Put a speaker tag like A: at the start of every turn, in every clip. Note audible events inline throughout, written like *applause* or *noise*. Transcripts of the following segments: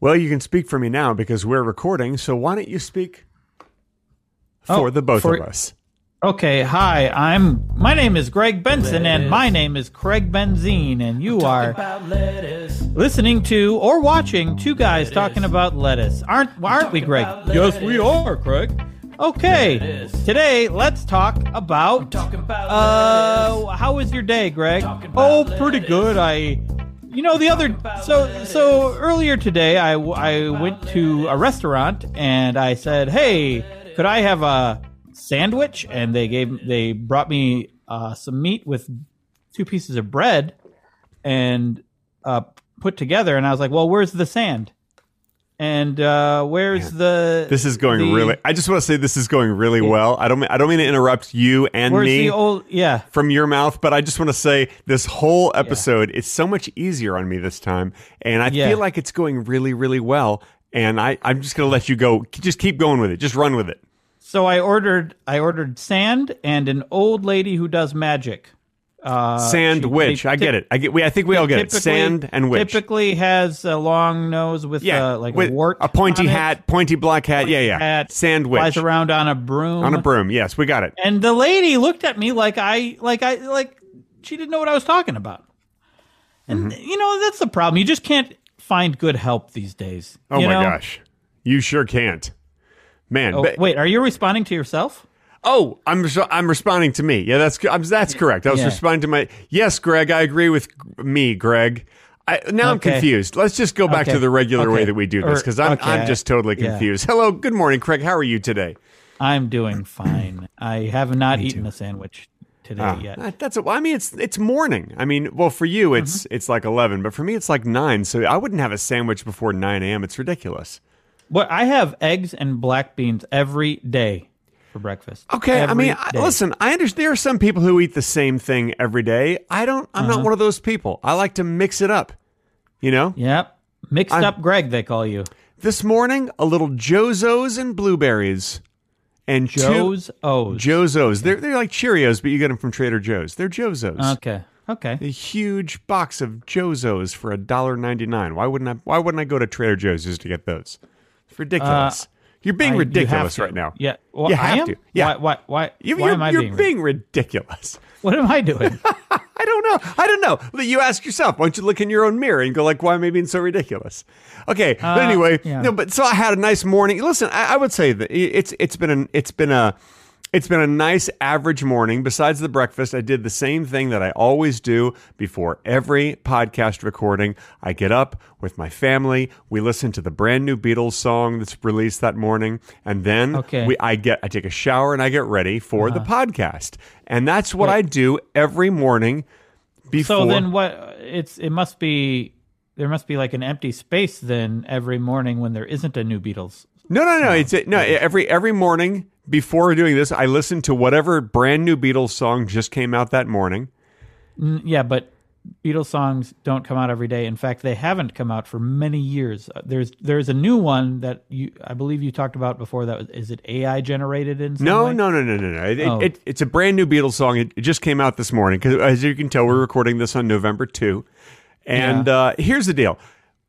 A: Well, you can speak for me now because we're recording. So why don't you speak for
B: Oh,
A: the both
B: for-
A: of us?
B: Okay, hi. I'm my name is Greg Benson and my name is Craig Benzine and you are
C: about lettuce.
B: listening to or watching two guys talking about lettuce. Aren't aren't we, Greg?
C: about Yes, we
B: are, Craig. Okay.
C: Lettuce.
B: Today, let's talk about
C: Talking about
B: uh how was your day, Greg?
C: Talking about
B: Oh, pretty
C: lettuce.
B: good. I you know the other
C: about
B: so
C: lettuce.
B: so earlier today I w- I went to a restaurant and I said, "Hey, could I have a sandwich?" And they gave they brought me uh, some meat with two pieces of bread and uh, put together and I was like, "Well, where's the sand?" And uh, where's the
A: This is going
B: the-
A: really. I just want to say this is going really well. I don't. mean- I don't mean to interrupt you and
B: Where's
A: me
B: the old yeah.
A: from your mouth, but I just want to say this whole episode is so much easier on me this time, and I
B: Yeah.
A: feel like it's going really, really well. And I, I'm just going to let you go. Just keep going with it. Just run with it.
B: So I ordered I ordered sand and an old lady who does magic. Uh,
A: Sandwich.
B: she-
A: I get it. I get. We, I think we all get it.
B: typically-
A: Sand and witch.
B: Typically has a long nose with
A: Yeah,
B: uh, like
A: with
B: a wart,
A: a pointy
B: on it,
A: hat, pointy black hat. yeah, yeah.
B: hat,
A: Sandwich
B: flies around on a broom.
A: on a broom. Yes, we got it.
B: And the lady looked at me like I like I like she didn't know what I was talking about. And
A: Mm-hmm.
B: you know that's the problem. You just can't find good help these days.
A: Oh
B: you
A: my
B: know?
A: gosh, you sure can't, man.
B: Oh,
A: but-
B: wait, are you responding to yourself?
A: Oh, I'm so I'm responding to me. Yeah, that's I'm, that's correct. I was
B: Yeah.
A: responding to my yes, Greg. I agree with me, Greg. I, now I'm
B: Okay.
A: confused. Let's just go back
B: Okay.
A: to the regular way
B: Okay.
A: that we do this
B: Or-
A: because I'm
B: okay,
A: I'm
B: I-
A: just totally
B: yeah.
A: confused. Hello, good morning, Craig. How are you today?
B: I'm doing fine. I have not eaten a sandwich today yet.
A: Uh, That's a, I mean it's it's morning. I mean, well, for you it's
B: Mm-hmm.
A: it's like eleven, but for me it's like nine. So I wouldn't have a sandwich before nine a.m. It's ridiculous.
B: But I have eggs and black beans every day for breakfast.
A: Okay, I
B: Every
A: mean, I,
B: day.
A: listen, I understand there are some people who eat the same thing every day. I don't. I'm
B: Uh-huh.
A: not one of those people. I like to mix it up. You know,
B: Yep. Mixed up Greg, they call you.
A: this morning a little Jozo's and blueberries, and two-
B: Joe's O's.
A: Jozo's. They're they're like Cheerios, but you get them from Trader Joe's. They're Jozo's.
B: Okay. Okay.
A: a huge box of Jozo's for $1.99. Why wouldn't I? Why wouldn't I go to Trader Joe's just to get those? It's ridiculous. You're being
B: Uh, I- you have
A: ridiculous
B: to.
A: right now.
B: Yeah. Well,
A: You have
B: I am?
A: to. Yeah.
B: Why, why, why,
A: You,
B: why
A: you're,
B: am I
A: you're
B: being,
A: being ridiculous.
B: *laughs* What am
A: *laughs*
B: I doing?
A: I don't know. I don't know. You ask yourself. Why don't you look in your own mirror and go like, "Why am I being so ridiculous?" Okay. but anyway,
B: Uh, yeah.
A: no. But so I had a nice morning. Listen, I, I would say that i- it's it's been an it's been a it's been a nice average morning. Besides the breakfast, I did the same thing that I always do before every podcast recording. I get up with my family. We listen to the brand new Beatles song that's released that morning, and then
B: Okay.
A: we I get I take a shower and I get ready for the
B: Uh-huh.
A: podcast. And that's what I do every morning before
B: so then what? It's It must be. There must be like an empty space then every morning when there isn't a new Beatles.
A: No, no, no.
B: Oh.
A: it's no every every morning before doing this, I listen to whatever brand new Beatles song just came out that morning.
B: N- Yeah, but Beatles songs don't come out every day. In fact, they haven't come out for many years. Uh, There's there's a new one that you I believe you talked about before. That was, is it AI generated in some
A: No,
B: way?
A: no, no, no, no, no. It,
B: Oh.
A: it, it, it's a brand new Beatles song. It, it just came out this morning because, as you can tell, we're recording this on November two. And uh, here's the deal: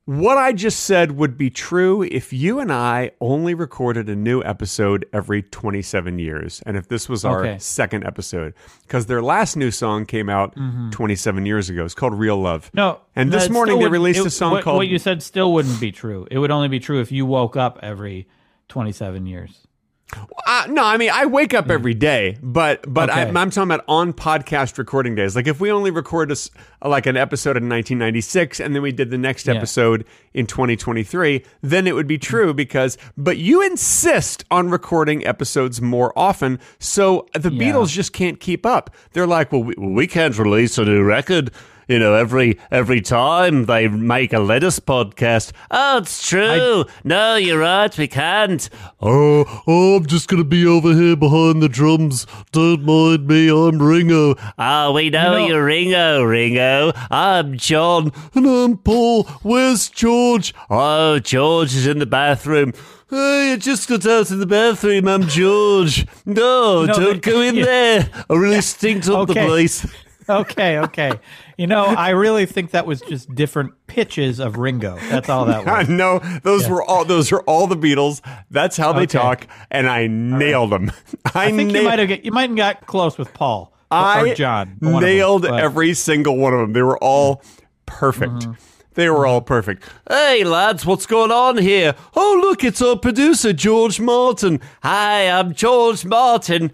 A: what I just said would be true if you and I only recorded a new episode every 27 years, and if this was our
B: Okay.
A: second episode, because their last new song came out 27 years ago. It's called "Real Love."
B: Mm-hmm. No.
A: And
B: no,
A: this
B: it
A: morning
B: still
A: they
B: wouldn't-
A: released
B: it-
A: a song
B: what,
A: called
B: What you said still wouldn't be true. It would only be true if you woke up every 27 years.
A: Uh, no, I mean I wake up every day, but but I,
B: Hmm. Okay.
A: I'm talking about on podcast recording days. Like if we only record a s like an episode in 1996 and then we did the next episode in 2023, then it would be
B: Hmm.
A: true because. But you insist on recording episodes more often, so the
B: Yeah.
A: Beatles just can't keep up. They're like, well, we, we can't release a new record. You know, every every time they make a lettuce podcast,
D: Oh, it's true. No, you're right. We can't.
E: Oh, oh, I'm just gonna be over here behind the drums. Don't mind me, I'm Ringo.
A: Ah,
D: Oh, we know,
B: You know-
D: you're Ringo, Ringo. I'm John.
E: And I'm Paul. Where's George?
D: Oh, George is in the bathroom.
E: Hey, I just got out of the bathroom. I'm George.
D: No,
B: No,
D: don't
B: they-
D: go in
A: *laughs* Eh,
B: yeah.
D: there. I really stinks up
B: Okay.
D: the place.
B: Okay, okay. You know, I really think that was just different pitches of Ringo. That's all
A: *laughs*
B: that was.
A: no, those were all. Those are all the Beatles. That's how they
B: Okay.
A: talk, and I nailed them. I,
B: *laughs* I think you
A: nailed.
B: might have get, you might have got close with Paul or,
A: I
B: or John. one of them,
A: nailed
B: but- Mm-hmm.
A: every single one of them. They were all perfect. They were all perfect. Hey lads, what's going on here? Oh look, it's our producer George Martin. Hi, I'm George Martin.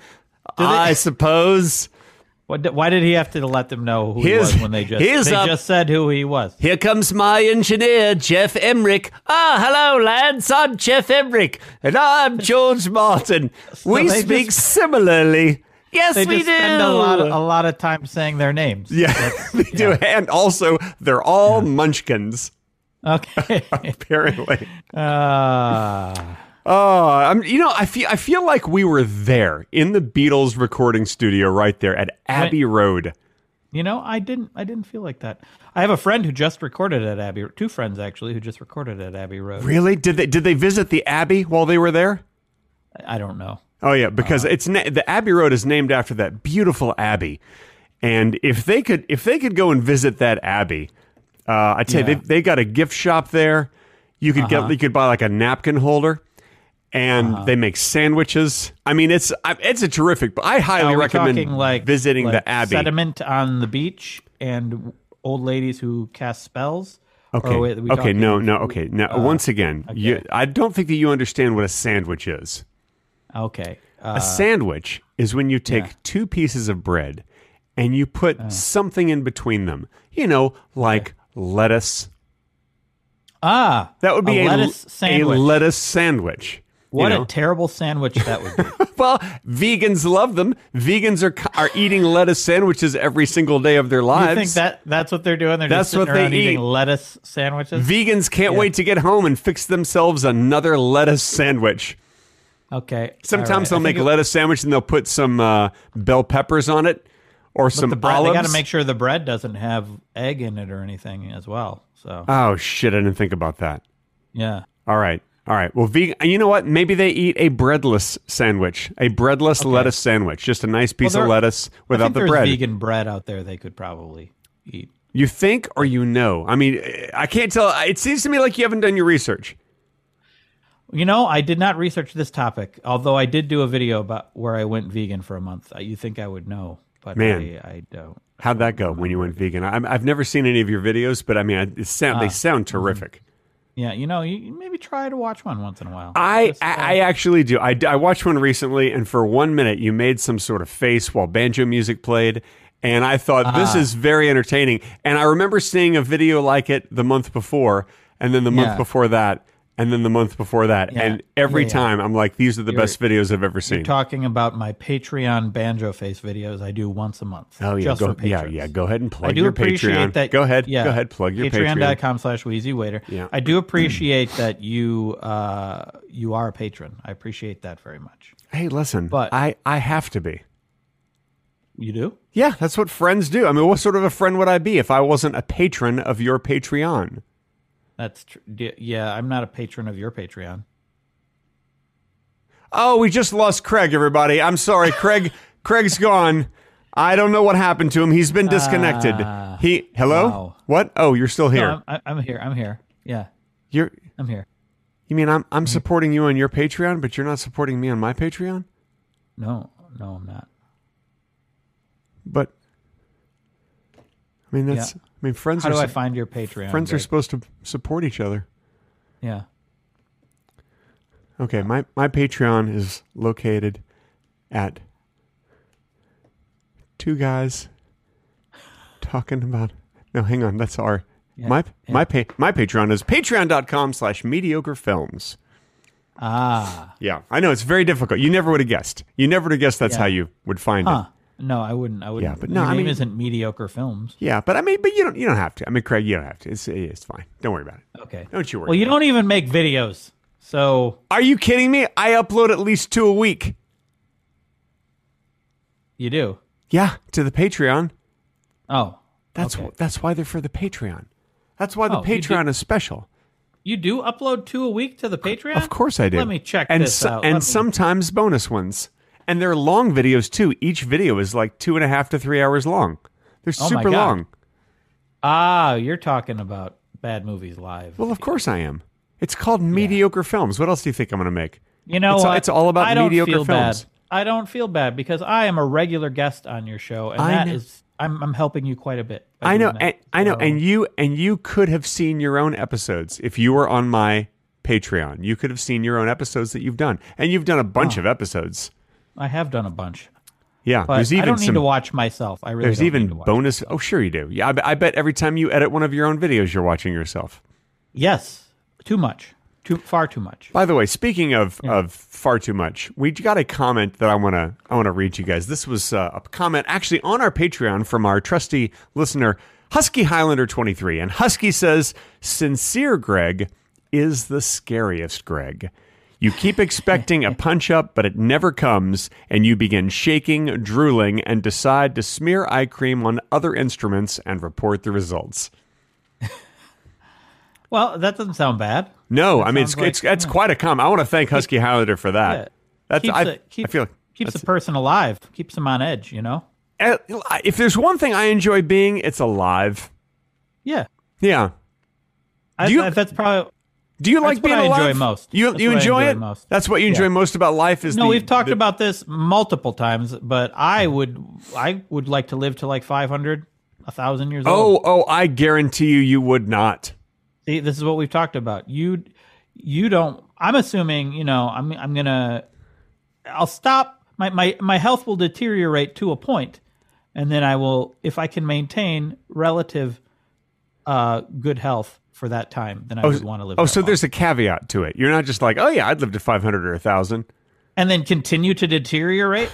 A: I suppose.
B: What di- why did he have to let them know who
A: Here's-
B: he was when they just
A: here's
B: they
A: a-
B: just said who he was?
D: Here comes my engineer, Jeff Emrick. Ah, hello, lads. I'm Jeff Emrick.
A: And I'm George
B: *laughs*
A: Martin. we
B: they
A: speak similarly.
D: Yes,
B: They
D: we
B: just
D: do.
B: spend a lot of, a lot of time saying their
A: *laughs*
B: names.
A: Yeah, they do. And also, they're all munchkins,
B: *laughs* Okay.
A: apparently. *laughs*
B: uh,
A: Oh, I'm, you know, I feel I feel like we were there in the Beatles recording studio right there at Abbey Road.
B: you know, I didn't I didn't feel like that. I have a friend who just recorded at Abbey two friends actually who just recorded at Abbey Road.
A: Really? Did they did they visit the Abbey while they were there?
B: I don't know.
A: Oh yeah, because
B: Uh-huh.
A: it's na- the Abbey Road is named after that beautiful abbey, and if they could if they could go and visit that abbey, uh, I tell you they they got a gift shop there. You could
B: Uh-huh.
A: get you could buy like a napkin holder, and they make sandwiches. I mean, it's I- it's a terrific. I highly
B: Now, we're
A: recommend
B: talking like
A: visiting
B: like
A: the abbey.
B: Sediment on the beach and old ladies who cast spells.
A: Okay.
B: Or are we
A: okay.
B: talking- Uh,
A: No. No. Okay. Now, once again, you, I don't think that you understand what a sandwich is.
B: Okay. Uh,
A: A sandwich is when you take two pieces of bread and you put
B: Uh.
A: something in between them. You know, like lettuce.
B: ah,
A: That would be
B: a
A: a,
B: lettuce sandwich.
A: A lettuce sandwich. you
B: what
A: know? *laughs*
B: a terrible sandwich that would be.
A: well, vegans love them. Vegans are are eating lettuce sandwiches every single day of their
B: I
A: lives.
B: think that that's what they're doing. They're
A: That's
B: just sitting
A: what they
B: around eating
A: eat.
B: lettuce sandwiches.
A: Vegans can't wait to get home and fix themselves another lettuce sandwich.
B: okay.
A: Sometimes
B: all
A: they'll
B: right.
A: make a lettuce sandwich and they'll put some uh, bell peppers on it or some
B: the bread. They
A: olives.
B: got to make sure the bread doesn't have egg in it or anything as well. So
A: oh shit! I didn't think about that.
B: yeah.
A: All right, all right. Well, vegan. You know what? Maybe they eat a breadless sandwich, a breadless lettuce sandwich, just a nice piece
B: there-
A: of lettuce
B: I think
A: without the
B: there's
A: bread.
B: vegan bread out there they could probably eat.
A: You think or you know? I mean, eh, I can't tell. It seems to me like you haven't done your research.
B: You know, I did not research this topic, although I did do a video about where I went vegan for a month. Uh, You think I would know, but
A: Man.
B: I, I don't.
A: How'd that go when you went vegan? I, I've never seen any of your videos, but I mean, I- it sound,
B: Ah.
A: they sound terrific.
B: Yeah, you know, you you maybe try to watch one once in a while.
A: I, I I actually do. I, I watched one recently, and for one minute, you made some sort of face while banjo music played, and I thought this
B: Ah.
A: is very entertaining. And I remember seeing a video like it the month before, and then the month
B: Yeah.
A: before that, and then the month before that, and every
B: Yeah, yeah.
A: time I'm like, these are the best videos I've ever seen.
B: talking about my Patreon banjo face videos I do once a month.
A: Oh yeah,
B: just
A: go,
B: for
A: yeah,
B: patrons.
A: yeah. Go ahead and plug
B: I do
A: your
B: appreciate
A: Patreon.
B: that.
A: go ahead,
B: yeah,
A: go ahead, plug your Patreon.
B: Patreon.com slash Wheezy Waiter.
A: Yeah.
B: I do appreciate *clears throat* that you uh, you are a patron. I appreciate that very much.
A: Hey, listen,
B: But-
A: I I have to be.
B: You do?
A: Yeah, that's what friends do. I mean, what sort of a friend would I be if I wasn't a patron of your Patreon?
B: That's tr- d- yeah. I'm not a patron of your Patreon.
A: Oh, we just lost Craig, everybody. I'm sorry,
B: *laughs*
A: Craig. Craig's gone. I don't know what happened to him. He's been disconnected. he hello?
B: Ah, wow.
A: What? Oh, you're still here.
B: No, I'm, I- I'm here. I'm here. Yeah,
A: you're
B: I'm here.
A: you mean I'm
B: Mm.
A: I'm supporting you on your Patreon, but you're not supporting me on my Patreon?
B: No, no, I'm not.
A: But I mean that's
B: Yeah.
A: I mean friends
B: How
A: are
B: do I
A: sup-
B: find your Patreon?
A: friends are
B: Greg?
A: supposed to support each other.
B: yeah.
A: Okay, my my Patreon is located at two guys talking about. No, hang on, that's our my my pa- my Patreon is patreon.com slash mediocre films.
B: Ah,
A: Yeah, I know it's very difficult. You never would have guessed. You never would have guessed that's
B: Yeah.
A: how you would find
B: huh.
A: it.
B: No, I wouldn't. I wouldn't.
A: Yeah, but no,
B: your
A: I
B: name
A: mean-
B: isn't mediocre films.
A: Yeah, but I mean, but you don't you don't have to. I mean, Craig, you don't have to. It's it's fine. Don't worry about it.
B: Okay.
A: Don't you worry
B: Well, you
A: about
B: don't even make videos, so
A: Are you kidding me? I upload at least two a week.
B: you do.
A: Yeah, to the Patreon.
B: Oh,
A: That's
B: Okay.
A: wh- that's why they're for the Patreon. That's why the
B: Oh, you did-
A: Patreon is special.
B: you do upload two a week to the Patreon?
A: Of course I do.
B: Let me check
A: and
B: this
A: so-
B: out.
A: And
B: Let me-
A: sometimes bonus ones. And they're long videos too. Each video is like two and a half to three hours long. They're
B: Oh my
A: super
B: God.
A: long.
B: Ah, you're talking about bad movies live.
A: Well, of course I am. It's called mediocre films. What else do you think I'm going to make?
B: You know,
A: It's-
B: what?
A: it's all about
B: I don't
A: mediocre
B: feel
A: films.
B: Bad. I don't feel bad because I am a regular guest on your show, and
A: I
B: that
A: know.
B: is- I'm, I'm helping you quite a bit. by
A: I know,
B: doing that.
A: and, I know,
B: So-
A: and you and you could have seen your own episodes if you were on my Patreon. You could have seen your own episodes that you've done, and you've done a bunch of episodes.
B: I have done a bunch,
A: Yeah,
B: but
A: there's
B: I
A: even
B: don't need
A: some.
B: to watch myself. I really
A: there's
B: don't
A: even
B: need to watch.
A: bonus. Oh, sure you do. Yeah, I, be- I bet every time you edit one of your own videos, you're watching yourself.
B: Yes, too much, too far too much.
A: By the way, speaking of of far too much, we got a comment that I want to I want to read you guys. This was uh, a comment actually on our Patreon from our trusty listener Husky Highlander twenty three, and Husky says, "Sincere Greg is the scariest Greg." You keep expecting a punch up, but it never comes, and you begin shaking, drooling, and decide to smear eye cream on other instruments and report the results.
B: Well, that doesn't sound bad.
A: No, I mean it's
B: sounds like-
A: it's, it's quite a comment. I want to thank Husky Highlander for
B: Yeah.
A: that. That's
B: Keeps
A: I,
B: a- keep-
A: I feel like
B: Keeps a person alive, keeps them on edge. You know?
A: Uh, if there's one thing I enjoy being, it's alive.
B: Yeah.
A: Yeah.
B: I,
A: Do you-
B: I- that's probably
A: Do you like
B: what
A: being
B: I enjoy
A: alive?
B: most.
A: You
B: That's
A: you
B: what I
A: enjoy,
B: enjoy
A: it.
B: most.
A: That's what you enjoy most about life. Is
B: no.
A: the-
B: we've talked
A: the-
B: about this multiple times, but I would, I would like to live to like five hundred, a thousand years old.
A: Oh oh! I guarantee you, you would not.
B: See, this is what we've talked about. You, you don't. I'm assuming. You know, I'm. I'm gonna. I'll stop. My my my health will deteriorate to a point, and then I will, if I can maintain relative, uh, good health for that time, then I would want to live.
A: Oh,
B: that
A: so
B: long.
A: there's a caveat to it. You're not just like, oh yeah, I'd live to 500 or 1,000.
B: and then continue to deteriorate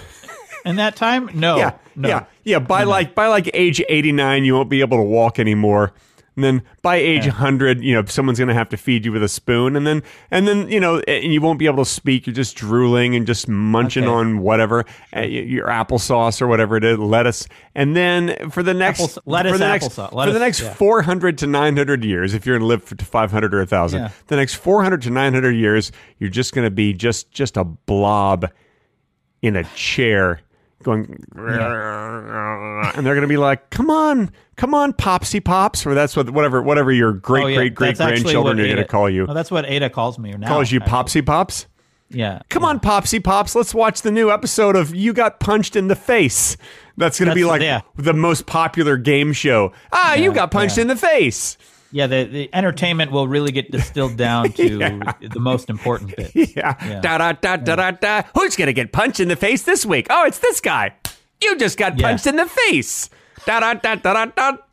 B: in that time. No,
A: *laughs* Yeah,
B: no.
A: yeah, yeah. By like by like age 89, you won't be able to walk anymore. And then by age 100, you know, someone's going to have to feed you with a spoon. And then and then you know, and you won't be able to speak. You're just drooling and just munching
B: Okay.
A: on whatever uh, y- your applesauce or whatever it is, lettuce. And then for the next
B: Apples- lettuce,
A: for the next,
B: applesauce,
A: for the
B: lettuce,
A: next
B: yeah.
A: 400 to 900 years, if you're going to live for, to 500 or 1,000,
B: Yeah.
A: the next 400 to 900 years, you're just going to be just just a blob in a chair going and they're going to be like come on come on popsy pops or that's what whatever whatever your great
B: Oh, yeah.
A: great great
B: That's actually
A: grandchildren
B: what
A: are going to
B: Ada-
A: call you
B: No, that's what Ada calls me now.
A: calls you
B: actually.
A: popsy pops
B: Yeah.
A: come on popsy pops let's watch the new episode of you got punched in the face that's going to be
B: That's-
A: like
B: yeah.
A: the most popular game show ah you got punched in the face
B: Yeah, the, the entertainment will really get
A: *laughs*
B: distilled down to the most important bit.
A: yeah da da da da da da who's going to get punched in the face this week oh it's this guy you just got
B: Yeah.
A: punched in the face da da da da da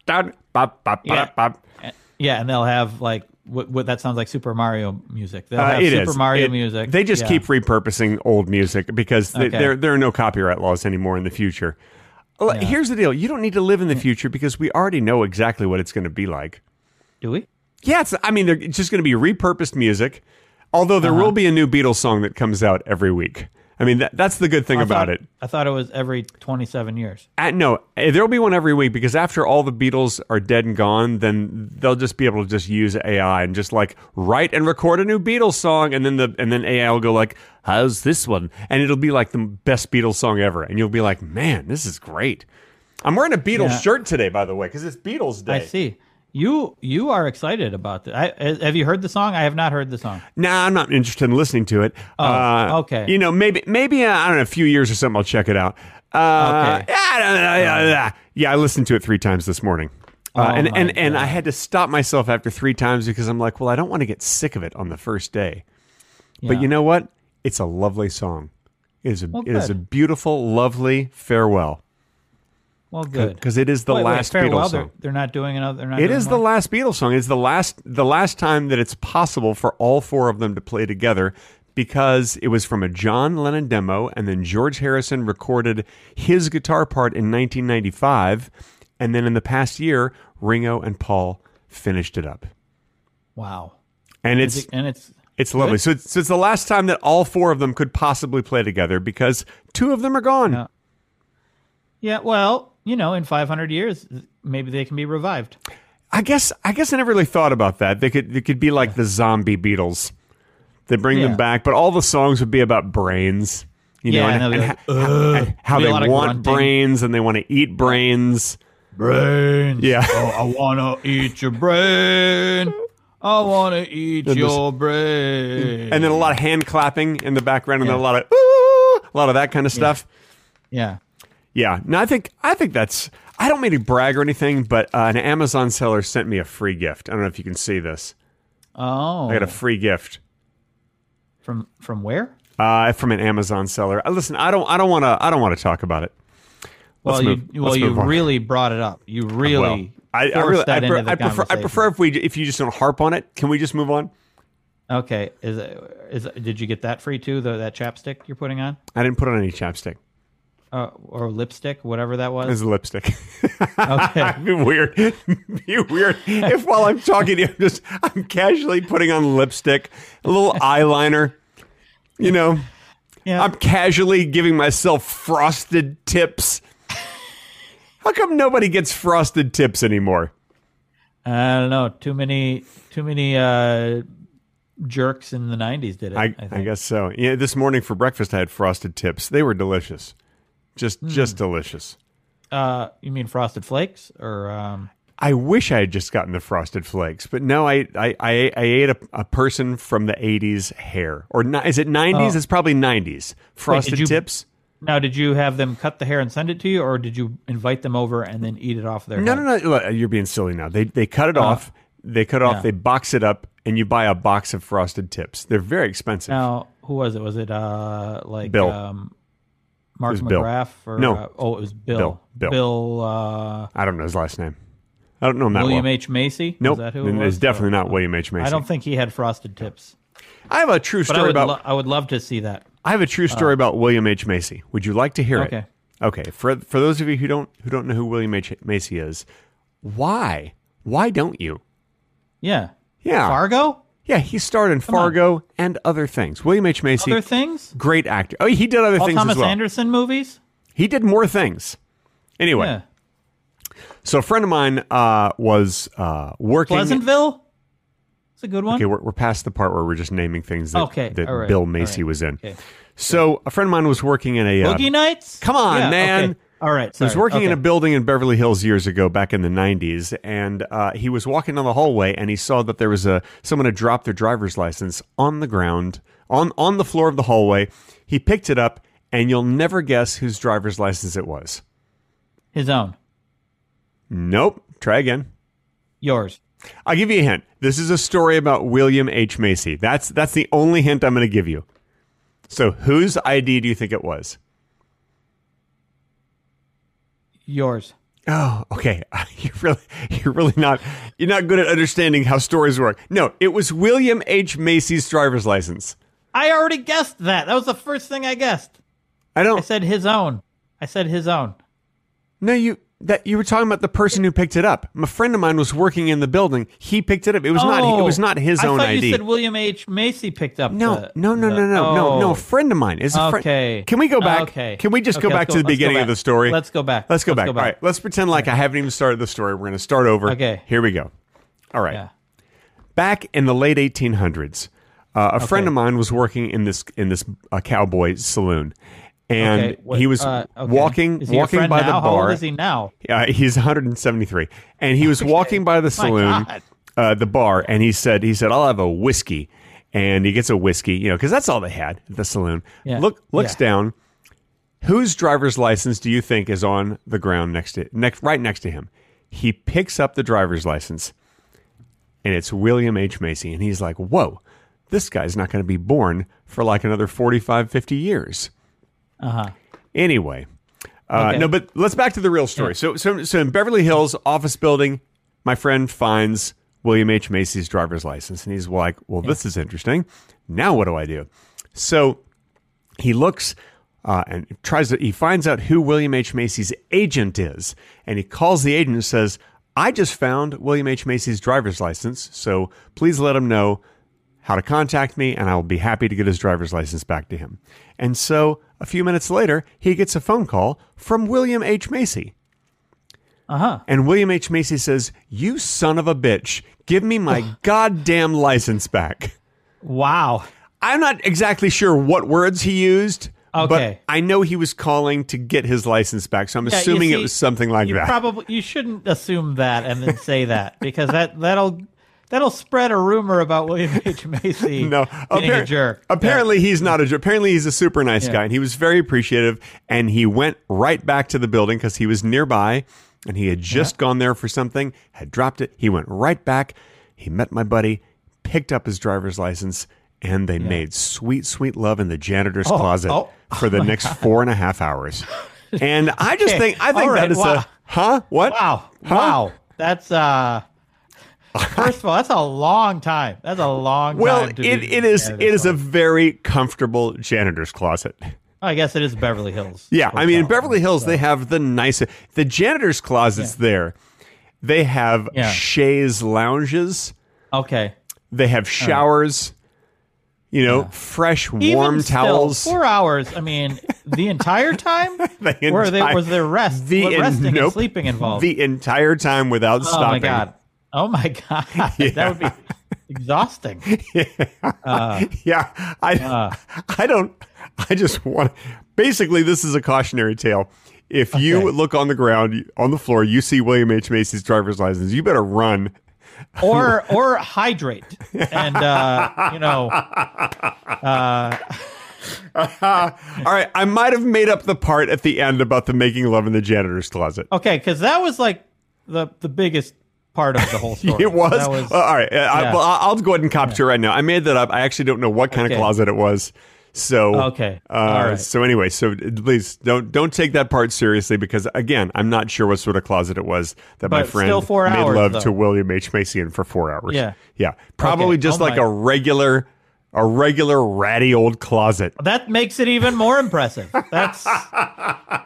A: da da bop bop
B: Yeah.
A: bop bop
B: Yeah, and they'll have like what, what that sounds like Super Mario music. They'll
A: Uh,
B: have
A: it
B: Super
A: is.
B: Mario
A: It-
B: music.
A: They just
B: Yeah.
A: keep repurposing old music because th-
B: Okay.
A: there there are no copyright laws anymore in the future. L- Here's the deal: you don't need to live in the future because we already know exactly what it's going to be like.
B: Do we?
A: Yeah, it's, I mean, they're it's just going to be repurposed music. Although there
B: Uh-huh.
A: will be a new Beatles song that comes out every week. I mean, that, that's the good thing
B: I
A: about
B: thought-
A: it.
B: I thought it was every 27 years.
A: Uh, no, eh, there'll be one every week because after all the Beatles are dead and gone, then they'll just be able to just use AI and just like write and record a new Beatles song, and then the and then AI will go like, "How's this one?" and it'll be like the best Beatles song ever, and you'll be like, "Man, this is great." I'm wearing a Beatles
B: Yeah.
A: shirt today, by the way, because it's Beatles Day.
B: I see. You you are excited about this. I, I- have you heard the song? I have not heard the song.
A: Nah, I'm not interested in listening to it. Oh,
B: okay.
A: You know, maybe maybe uh, I don't know, a few years or something. I'll check it out. Uh,
B: Okay.
A: I don't know, yeah, yeah. yeah, I listened to it three times this morning, uh,
B: Oh,
A: and
B: my
A: and and I had to stop myself after three times because I'm like, well, I don't want to get sick of it on the first day.
B: Yeah.
A: But you know what? It's a lovely song. It is a it is a
B: good.
A: beautiful, lovely farewell
B: Well, good.
A: because it is the
B: Wait, wait,
A: last
B: farewell,
A: Beatles
B: they're-
A: song.
B: They're, not doing another. They're not
A: It
B: doing
A: is the
B: one?
A: last Beatles song. It's the last the last time that it's possible for all four of them to play together because it was from a John Lennon demo and then George Harrison recorded his guitar part in 1995 and then in the past year Ringo and Paul finished it up.
B: wow.
A: And it's
B: Is it- and it's
A: it's lovely. So it's, so it's the last time that all four of them could possibly play together because two of them are gone.
B: Yeah. yeah. Well, you know, in 500 years, maybe they can be revived.
A: I guess I guess I never really thought about that. They could they could be like the zombie Beatles. They bring
B: Yeah.
A: them back, but all the songs would be about brains. You
B: Yeah,
A: know, and,
B: and they'll
A: and
B: be
A: ho- and how
B: Be a
A: they
B: lot of
A: want
B: grunting.
A: brains and they want to eat brains.
B: brains.
A: Yeah.
B: Oh, I wanna eat your brain. I wanna eat your brain.
A: *laughs* and then a lot of hand clapping in the background, and then a lot of ooh, a lot of that kind of stuff.
B: yeah.
A: Yeah. No, I think I think that's. I don't mean to brag or anything, but uh, an Amazon seller sent me a free gift. I don't know if you can see this.
B: Oh.
A: I got a free gift
B: from from where?
A: uh, from an Amazon seller. Uh, listen, I don't. I don't want to. I don't want to talk about it.
B: Well,
A: Let's
B: you
A: move-
B: well
A: let's
B: you
A: move on.
B: really brought it up. You really
A: Well, I, I
B: forced
A: really. I,
B: that
A: pre-
B: into the
A: I prefer. I
B: conversation.
A: prefer if we. If you just don't harp on it, can we just move on?
B: Okay, is it, is it, did you get that free too? Though that chapstick you're putting on,
A: I didn't put on any chapstick.
B: uh, or lipstick, whatever that
A: It's
B: was.
A: a lipstick.
B: Okay,
A: It'd *laughs* be weird. It'd be weird if while I'm talking to you, I'm just I'm casually putting on lipstick, a little eyeliner. You know,
B: yeah.
A: I'm casually giving myself frosted tips. How come nobody gets frosted tips anymore?
B: I don't know. Too many, too many uh, jerks in the '90s did it.
A: I, I,
B: think.
A: guess so. Yeah, this morning for breakfast I had frosted tips. They were delicious,
B: Hmm.
A: just just delicious.
B: Uh, you mean Frosted Flakes or um,
A: I wish I had just gotten the frosted flakes, but no, I I I, I ate a, a person from the '80s hair, or ni- is it '90s?
B: Oh.
A: It's probably '90s. Frosted
B: you-
A: tips?
B: now? Did you have them cut the hair and send it to you, or did you invite them over and then eat it off their?
A: No,
B: head?
A: no, no. Look, you're being silly now. They they cut it
B: Uh-huh.
A: off. They cut it off. They box it up, and you buy a box of frosted tips. They're very expensive.
B: Now, who was it? Was it uh, like
A: Bill.
B: Um, Mark
A: was Bill.
B: McGrath? Or,
A: No.
B: uh, oh, it was Bill.
A: Bill. Bill.
B: uh,
A: I don't know his last name. I don't know him that
B: William
A: well.
B: H. Macy?
A: nope,
B: Is that who it
A: it's
B: was?
A: definitely not William H Macy.
B: I don't think he had frosted tips.
A: I have a true
B: But I
A: story
B: would,
A: about.
B: lo- I would love to see that.
A: I have a true story about William H Macy. Would you like to hear it?
B: Uh. Okay.
A: Okay. For for those of you who don't who don't know who William H Macy is, why why don't you?
B: Yeah.
A: Yeah,
B: Fargo?
A: yeah. He starred in Fargo and other things. William H Macy,
B: Other things?
A: great actor. Oh, he did other
B: All
A: things
B: Thomas
A: as well.
B: Anderson movies?
A: He did more things. Anyway,
B: Yeah.
A: so a friend of mine uh, was uh, working.
B: Pleasantville? It's a good one.
A: Okay, we're, we're past the part where we're just naming things that,
B: Okay,
A: that
B: all right,
A: Bill
B: all
A: Macy
B: right,
A: was in.
B: okay.
A: So a friend of mine was working in a. uh,
B: Boogie Nights?
A: Come on,
B: Yeah,
A: man.
B: okay. All right.
A: So he was
B: sorry.
A: working in a
B: Okay.
A: building in Beverly Hills years ago, back in the '90s, and uh, he was walking down the hallway and he saw that there was a someone had dropped their driver's license on the ground on on the floor of the hallway. He picked it up, and you'll never guess whose driver's license it was.
B: His own.
A: Nope. Try again.
B: Yours.
A: I'll give you a hint. This is a story about William H. Macy. That's that's the only hint I'm going to give you. So, whose ID do you think it was?
B: Yours.
A: Oh, okay. *laughs* You're really you're really not you're not good at understanding how stories work. No, it was William H. Macy's driver's license.
B: I already guessed that. That was the first thing I guessed.
A: I
B: I
A: don't
B: said his own. I said his own.
A: No, you that you were talking about the person who picked it up. My friend of mine was working in the building. He picked it up. It was not it was not his
B: Oh, I
A: own
B: thought
A: ID.
B: You said William H. Macy picked up.
A: No,
B: the-
A: no, no,
B: the-
A: no, no, no,
B: oh.
A: no. A friend of mine is a friend.
B: Okay.
A: Can we go back?
B: Okay.
A: Can we just go
B: Okay,
A: back
B: let's
A: to the
B: go- let's go
A: beginning of
B: back.
A: the story?
B: Let's go back.
A: Let's go
B: Let's
A: back.
B: go
A: All
B: back.
A: right. Let's pretend like I haven't even started the story. We're going to start over.
B: Okay.
A: Here we go. All right.
B: Yeah.
A: Back in the late 1800s, uh, a friend
B: Okay.
A: of mine was working in this in this uh, cowboy saloon, and
B: Okay, what-
A: he was
B: uh, okay.
A: walking
B: Is he your
A: walking
B: friend
A: by
B: now?
A: the
B: How
A: bar.
B: old is he now?
A: Uh, he's 173, and he was walking by the saloon,
B: God.
A: uh, the bar, and he said, "He said I'll have a whiskey," and he gets a whiskey, you know, because that's all they had at the saloon.
B: Yeah.
A: Look, looks
B: Yeah.
A: down. Whose driver's license do you think is on the ground next to next right next to him? He picks up the driver's license, and it's William H Macy, and he's like, "Whoa, this guy's not going to be born for like another 45, 50 years." Uh huh. Anyway. Uh,
B: Okay.
A: No, but let's back to the real story. So, so, so in Beverly Hills office building, my friend finds William H Macy's driver's license, and he's like, "Well, this is interesting. Now, what do I do?" So he looks uh, and tries to. He finds out who William H Macy's agent is, and he calls the agent and says, "I just found William H Macy's driver's license, so please let him know." how to contact me, and I will be happy to get his driver's license back to him. And so, a few minutes later, he gets a phone call from William H. Macy.
B: Uh huh.
A: And William H. Macy says, You son of a bitch, give me my goddamn license back.
B: Wow.
A: I'm not exactly sure what words he used,
B: Okay.
A: But I know he was calling to get his license back, so I'm
B: Yeah, you
A: assuming it
B: see,
A: was something like
B: you
A: that.
B: Probably you shouldn't assume that and then say that because that that'll that'll spread a rumor about William *laughs* H
A: *laughs*
B: Macy
A: no,
B: being a
A: appar-
B: jerk.
A: Apparently, he's not a jerk. Apparently, he's a super nice guy, and he was very appreciative. And he went right back to the building because he was nearby, and he had just gone there for something, had dropped it. He went right back. He met my buddy, picked up his driver's license, and they made sweet, sweet love in the janitor's closet
B: *laughs* oh,
A: for the next four and a half
B: *laughs*
A: hours. And I just
B: Okay,
A: think I think
B: all right,
A: that is
B: wow.
A: a huh? What?
B: Yeah. Wow.
A: Huh?
B: Wow. That's uh First of all, that's a long time. That's a long
A: Well,
B: time.
A: it,
B: to be
A: it is
B: in
A: it
B: this
A: is a
B: one.
A: very comfortable janitor's closet.
B: I guess it is Beverly Hills.
A: Yeah, I mean, in
B: Hotel.
A: Beverly Hills, they have the nicest. The janitor's closets there. They have
B: Yeah.
A: chaise lounges.
B: Okay.
A: They have showers. You know, fresh
B: Uh-huh. Even
A: warm
B: still,
A: towels.
B: Four hours. I mean, the entire time.
A: *laughs* The
B: Were there
A: entire-
B: was there rest?
A: the en-
B: resting and
A: nope.
B: sleeping involved?
A: the entire time without
B: oh
A: stopping.
B: my god. Oh my
A: *laughs*
B: god. *laughs* That would be exhausting. Uh.
A: *laughs* Yeah, I, I don't. I just want. Basically, this is a cautionary tale. If you
B: Okay.
A: look on the ground, on the floor, you see William H Macy's driver's license. You better run.
B: Or or hydrate and uh, you know
A: All right, I might have made up the part at the end about the making love in the janitor's closet.
B: okay because that was like the the biggest part of the
A: *laughs*
B: whole story.
A: It was,
B: Oh, That
A: Uh, all right. Uh, I,
B: yeah.
A: well, I- I'll go ahead and cop to it right now. I made that up. I actually don't know what kind
B: Okay.
A: of closet it was. So
B: Okay.
A: Uh,
B: All right.
A: So anyway, so uh, please don't don't take that part seriously because again, I'm not sure what sort of closet it was that my
B: But
A: friend
B: still four
A: made
B: hours,
A: love
B: though.
A: to William H Macy in for four hours.
B: Yeah.
A: yeah, probably
B: Okay.
A: just
B: Oh
A: like
B: my.
A: a regular, a regular ratty old closet.
B: that makes it even more impressive.
A: *laughs*
B: That's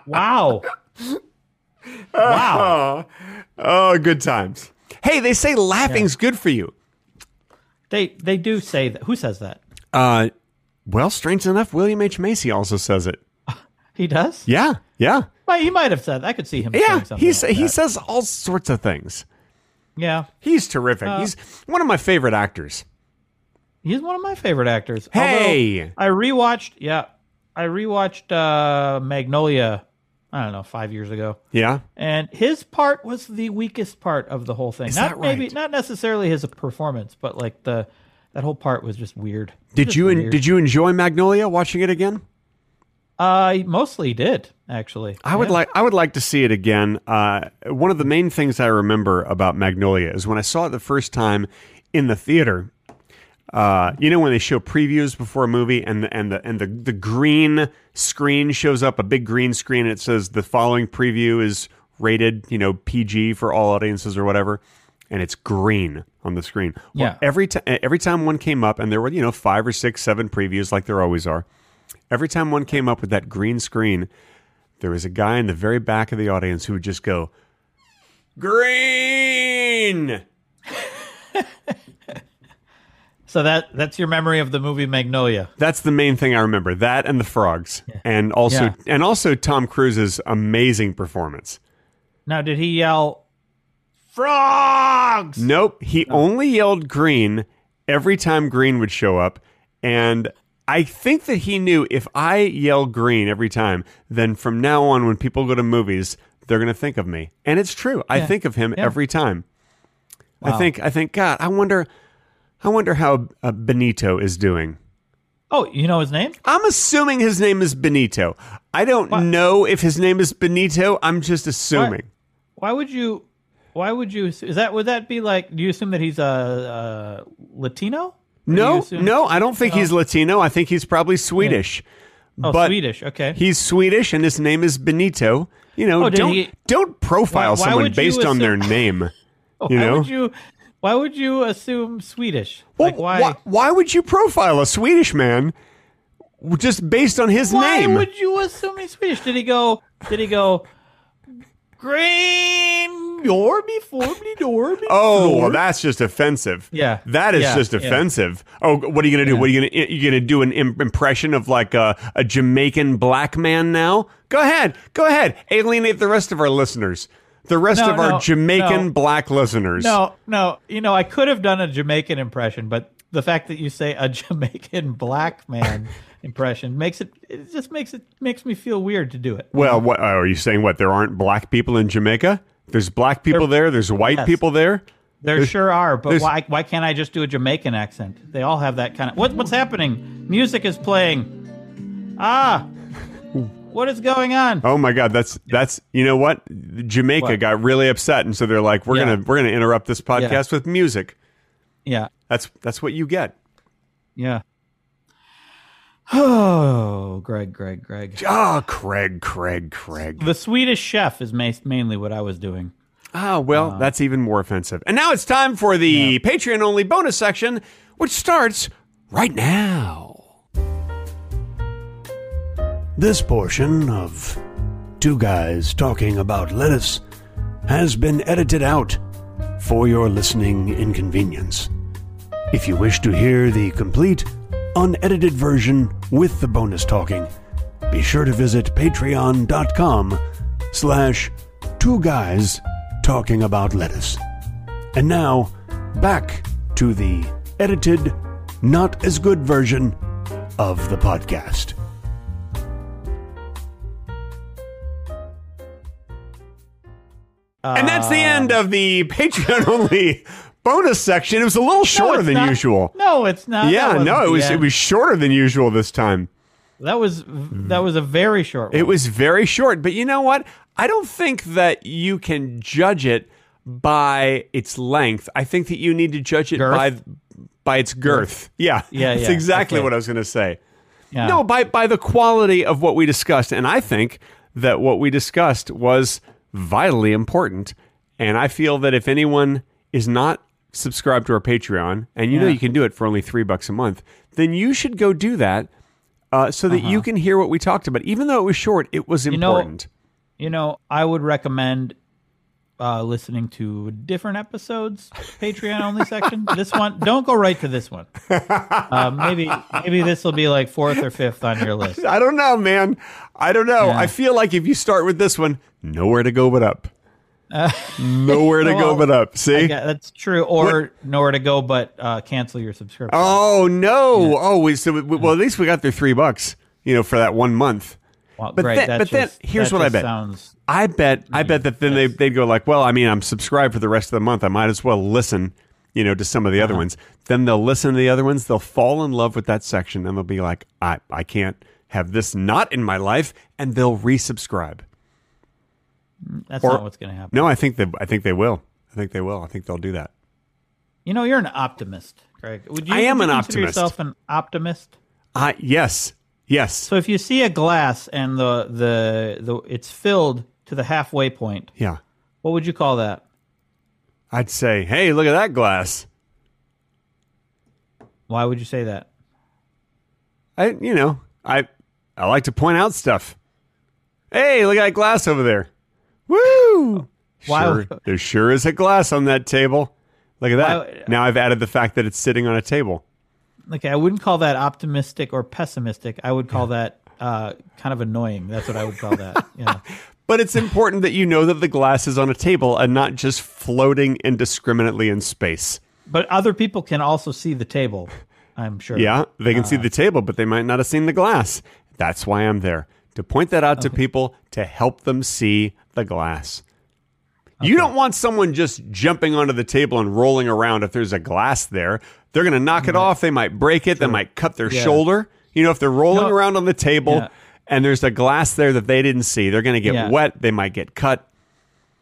B: wow. Wow.
A: *laughs* Oh, good times. Hey, they say laughing's good for you.
B: They they do say that. Who says that?
A: Uh, well, strange enough, William H Macy also says it.
B: He does.
A: Yeah, yeah.
B: Well, he might have said. I could see him.
A: Yeah,
B: saying something
A: he's,
B: like
A: he
B: that.
A: says all sorts of things.
B: Yeah,
A: He's terrific. he's one of my favorite actors.
B: he's one of my favorite actors. Although,
A: Hey!
B: I rewatched. Yeah, I rewatched uh, Magnolia. I don't know, five years ago,
A: Yeah.
B: and his part was the weakest part of the whole thing. not
A: that
B: maybe
A: right?
B: not necessarily his performance, but like the that whole part was just weird.
A: Did you en- did you enjoy Magnolia? Watching it again,
B: Uh, he mostly did actually.
A: I would like I would like to see it again. Uh, one of the main things I remember about Magnolia is when I saw it the first time in the theater. Uh, you know when they show previews before a movie and the, and the and the the green screen shows up a big green screen and it says the following preview is rated you know PG for all audiences or whatever and it's green on the screen. Well,
B: Yeah.
A: Every time every time one came up and there were you know five or six seven previews like there always are. Every time one came up with that green screen, there was a guy in the very back of the audience who would just go green.
B: So that that's your memory of the movie Magnolia.
A: That's the main thing I remember. That and the frogs, and also
B: Yeah.
A: and also Tom Cruise's amazing performance.
B: Now, did he yell frogs?
A: Nope, he only yelled green every time green would show up, and I think that he knew if I yell green every time, then from now on, when people go to movies, they're going to think of me, and it's true. I think of him every time. I think I think God, I wonder, I wonder how uh, Benito is doing.
B: Oh, you know his name?
A: I'm assuming his name is Benito. I don't know if his name is Benito. I'm just assuming.
B: Why would you? Why would you? Is that would that be like? Do you assume that he's a, uh Latino? Or do you
A: No,
B: assume-
A: no, I don't think he's Latino. I think he's probably Swedish.
B: oh,
A: but
B: Swedish. Okay.
A: He's Swedish and his name is Benito. You know,
B: Oh, did
A: don't
B: he-
A: don't profile
B: Why- why
A: someone
B: would you
A: based on their
B: *laughs*
A: name. you
B: Oh, why
A: know?
B: would you? Why would you assume Swedish?
A: Well,
B: like why?
A: why why would you profile a Swedish man just based on his
B: why
A: name?
B: would you assume he's Swedish? Did he go? Did he go? Green Yorby Formby Dorby.
A: Oh, well, that's just offensive.
B: Yeah.
A: that is
B: Yeah,
A: just
B: yeah.
A: offensive. Oh, what are you gonna do? What are you gonna you gonna do an Im- impression of like a, a Jamaican black man now? Go ahead, go ahead, alienate the rest of our listeners, the rest
B: No,
A: of our
B: no,
A: Jamaican
B: no.
A: black listeners.
B: No, no. You know, I could have done a Jamaican impression, but the fact that you say a *laughs* Jamaican black man impression makes it it just makes it makes me feel weird to do it.
A: Well, what oh, are you saying? What there aren't black people in Jamaica? There's black people there. There's white
B: Yes.
A: people there.
B: There sure are, but
A: there's-
B: why why can't I just do a Jamaican accent? They all have that kind of what, what's happening? Music is playing. Ah, what is going on?
A: Oh my God, that's that's you know what Jamaica
B: What?
A: got really upset, and so they're like, we're
B: Yeah.
A: gonna we're gonna interrupt this podcast with music.
B: Yeah,
A: That's that's what you get.
B: yeah. Oh, Greg, Greg, Greg.
A: Ah, Craig, Craig, Craig.
B: The Swedish Chef is ma- mainly what I was doing.
A: Ah, well,
B: Uh,
A: that's even more offensive. And now it's time for the Patreon only bonus section, which starts right now.
C: This portion of Two Guys Talking About Lettuce has been edited out for your listening inconvenience. If you wish to hear the complete, unedited version with the bonus talking, be sure to visit patreon.com slash two guys talking about lettuce. And now, back to the edited, not as good version of the podcast.
A: and that's
B: Uh,
A: the end of the Patreon *laughs* only bonus section. It was a little shorter
B: it's
A: than
B: not-
A: usual.
B: No, it's not. That
A: yeah,
B: wasn't
A: no, it
B: the
A: was it
B: end.
A: was shorter than usual this time.
B: that was that was a very short. One.
A: It was very short, but you know what? I don't think that you can judge it by its length. I think that you need to judge it
B: Girth?
A: by by its girth. Yeah,
B: Yeah,
A: That's
B: yeah,
A: exactly
B: okay.
A: what I was going to say.
B: Yeah.
A: No, by by the quality of what we discussed, and I think that what we discussed was vitally important. And I feel that if anyone is not subscribed to our Patreon, and you know
B: Yeah.
A: you can do it for only three bucks a month, then you should go do that uh, so that you can hear what we talked about. Even though it was short, it was
B: Uh-huh. know-
A: important.
B: You know, I would recommend uh, listening to different episodes, Patreon
A: *laughs*
B: only section. This one, don't go right to this one. Uh, maybe maybe this will be like fourth or fifth on your list.
A: I don't know, man. I don't know. I feel like if you start with this one, nowhere to go but
B: *laughs*
A: up. nowhere to go
B: well,
A: but up. See?
B: Yeah, that's true. Or nowhere to go but uh, cancel your subscription.
A: Oh no! Oh, we, so we, well, at least we got their three bucks, you know, for that one month.
B: Well,
A: but
B: Greg,
A: then-
B: that
A: but then,
B: just-
A: here's
B: that
A: what I
B: just
A: bet.
B: Sounds
A: I bet, I bet that then they they'd go like, well, I mean, I'm subscribed for the rest of the month. I might as well listen, you know, to some of the other ones. Then they'll listen to the other ones. They'll fall in love with that section, and they'll be like, I I can't have this not in my life, and they'll resubscribe.
B: that's
A: or-
B: not what's going to happen.
A: No, I think that I think they will. I think they will. I think they'll do that.
B: You know, you're an optimist, Greg. Would you?
A: I am
B: would you
A: an
B: consider
A: optimist.
B: Yourself an optimist.
A: Uh, yes, yes,
B: So if you see a glass and the the, the it's filled to the halfway point,
A: yeah.
B: what would you call that?
A: I'd say, hey, look at that glass.
B: Why would you say that?
A: I you know I I like to point out stuff. Hey, look at that glass over there. Woo!
B: Oh, Wow.
A: Sure, there sure is a glass on that table. Look at that.
B: Wow.
A: Now I've added the fact that it's sitting on a table.
B: Okay, I wouldn't call that optimistic or pessimistic. I would call that uh, kind of annoying. That's what I would call that.
A: *laughs*
B: Yeah.
A: But it's important that you know that the glass is on a table and not just floating indiscriminately in space.
B: But other people can also see the table. I'm sure.
A: Yeah, they can see the table, but they might not have seen the glass. That's why I'm there to point that out to people to help them see the glass. You don't want someone just jumping onto the table and rolling around if there's a glass there. They're going to knock it off. They might break it. They might cut their
B: Yeah.
A: shoulder. You know, if they're rolling
B: No.
A: around on the table
B: Yeah.
A: and there's a glass there that they didn't see, they're going to get
B: Yeah.
A: wet. They might get cut.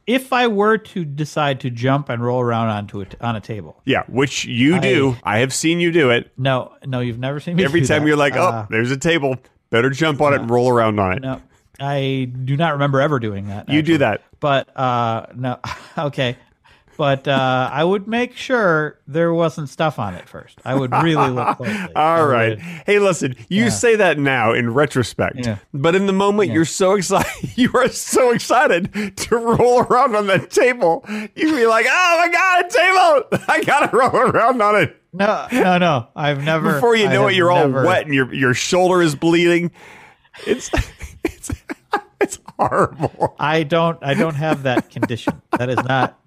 B: If I were to decide to jump and roll around onto it on a table,
A: Yeah, which you do. I have seen you do
B: *laughs*
A: it.
B: no, no, you've never seen me.
A: Every
B: do
A: time
B: that.
A: you're like, oh,
B: Uh,
A: there's a table. Better jump on it and roll around on it.
B: no, I do not remember ever doing that.
A: you do
B: actually.
A: that.
B: but uh no *laughs* okay but uh i would make sure there wasn't stuff on it first i would really look closely I
A: *laughs* All
B: would-
A: right. Hey, listen, you say that now in retrospect,
B: Yeah.
A: but in the moment you're so excited, *laughs* you are so excited to roll around on that table. You be like, "Oh my god, a table! *laughs* I gotta roll around on it!"
B: no no no
A: *laughs*
B: i've never
A: Before you
B: I
A: know it,
B: have
A: you're all
B: never-
A: wet and your your shoulder is bleeding. It's *laughs* it's it's horrible. *laughs*
B: i don't i don't have that condition that is not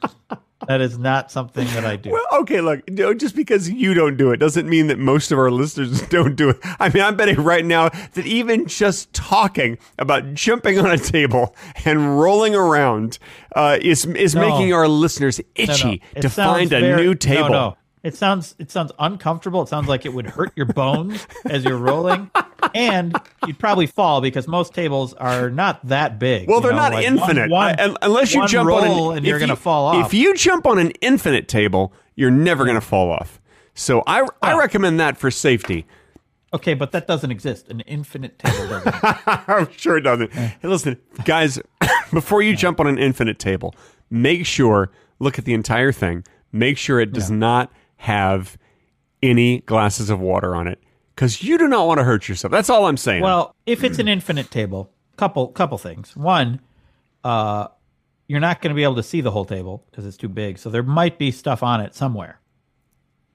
B: That is not something that I do.
A: Well, okay, look, no, just because you don't do it doesn't mean that most of our listeners *laughs* don't do it. I mean, I'm betting right now that even just talking about jumping on a table and rolling around uh, is is
B: No.
A: making our listeners
B: No, no.
A: itchy
B: It
A: to
B: sounds
A: find a
B: very-
A: new
B: no,
A: table.
B: no. It sounds it sounds uncomfortable. It sounds like it would hurt your bones as you're rolling, and you'd probably fall because most tables are not that big.
A: Well,
B: you
A: they're
B: know,
A: not
B: like one-
A: infinite
B: one-
A: I- un- unless you
B: one
A: jump
B: roll
A: on an,
B: and
A: if
B: you're going to
A: you-
B: fall off.
A: If you jump on an infinite table, you're never going to fall off. So I I recommend that for safety.
B: okay, but that doesn't exist. An infinite table doesn't. exist.
A: *laughs* I'm sure it doesn't. Hey, listen, guys, *coughs* before you jump on an infinite table, make sure look at the entire thing. Make sure it does not have any glasses of water on it because you do not want to hurt yourself. That's all I'm saying.
B: well, if it's an infinite table, couple couple things. One, uh, you're not going to be able to see the whole table because it's too big. So there might be stuff on it somewhere.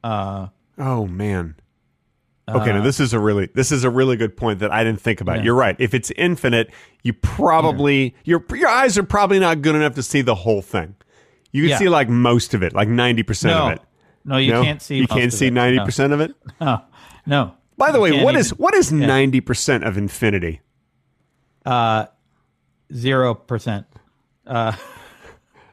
B: Uh,
A: oh man. Okay, now this is a really this is a really good point that I didn't think about. You're right. If it's infinite, you probably your your eyes are probably not good enough to see the whole thing. You can
B: Yeah.
A: see like most of it, like ninety percent
B: no,
A: of it.
B: no, you
A: No?
B: can't see.
A: You
B: most
A: can't
B: of
A: see
B: it. No.
A: ninety percent of it.
B: Oh, no.
A: By the
B: You
A: way,
B: can't
A: what is
B: even-
A: what is ninety percent of infinity?
B: zero percent?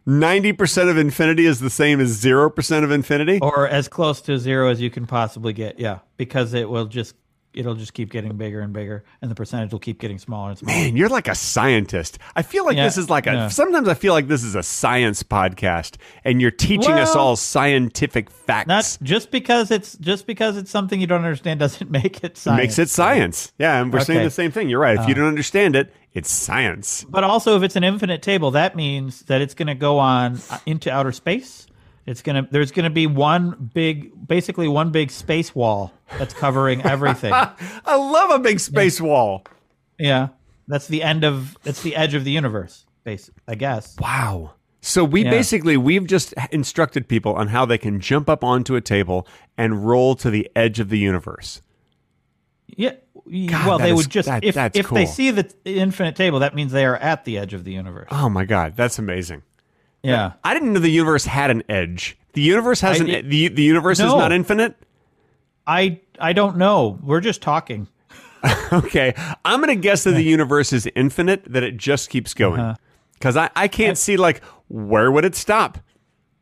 A: Ninety percent of infinity is the same as zero percent of infinity.
B: Or as close to zero as you can possibly get. Yeah, because it will just it'll just keep getting bigger and bigger, and the percentage will keep getting smaller and smaller.
A: Man, you're like a scientist. I feel like
B: Yeah,
A: this is like a.
B: yeah.
A: Sometimes I feel like this is a science podcast, and you're teaching us
B: Well,
A: all scientific facts.
B: Not just because it's just because it's something you don't understand doesn't *laughs* make it science.
A: Makes it science. Yeah, and we're saying
B: Okay. Uh.
A: the same thing. You're right. If you don't understand it, it's science.
B: But also, if it's an infinite table, that means that it's going to go on uh, into outer space. It's gonna. There's gonna be one big, basically one big space wall that's
A: *laughs*
B: covering everything.
A: I love a big space wall.
B: yeah, that's the end of. That's the edge of the universe. Base, I guess.
A: Wow. So we
B: Yeah.
A: basically we've just instructed people on how they can jump up onto a table and roll to the edge of the universe.
B: Yeah. y-
A: God,
B: well,
A: that
B: they
A: is-
B: would just
A: that-
B: if
A: that's
B: if they
A: cool.
B: see the t- infinite table, that means they are at the edge of the universe.
A: Oh my god, that's amazing.
B: Yeah.
A: I didn't know the universe had an edge. The universe has
B: I
A: an
B: did-
A: the the universe is
B: No.
A: not infinite. *laughs*
B: I I don't know. We're just talking.
A: Okay, I'm gonna guess that the universe is infinite. That it just keeps
B: Uh-huh.
A: going because I I can't see like where would it stop.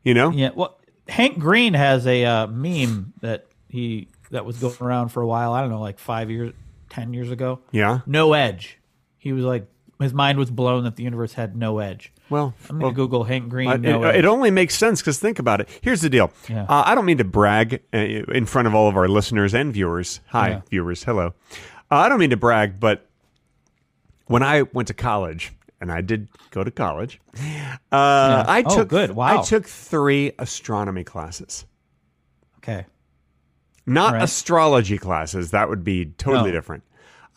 A: You know,
B: Yeah. Well, Hank Green has a uh, meme that he that was going around for a while. I don't know, like five years, ten years ago.
A: Yeah.
B: No edge. He was like, his mind was blown that the universe had no edge.
A: Well,
B: I'm gonna
A: well,
B: Google Hank Green.
A: But
B: no
A: it,
B: edge.
A: it only makes sense because think about it. Here's the deal.
B: Yeah.
A: Uh, I don't mean to brag uh, in front of all of our listeners and viewers. Hi,
B: Yeah.
A: viewers. Hello. Uh, I don't mean to brag, but when I went to college, and I did go to college, uh, I
B: Oh,
A: took
B: good. Wow.
A: I took three astronomy classes,
B: okay.
A: not
B: Right.
A: astrology classes. That would be totally
B: No.
A: different.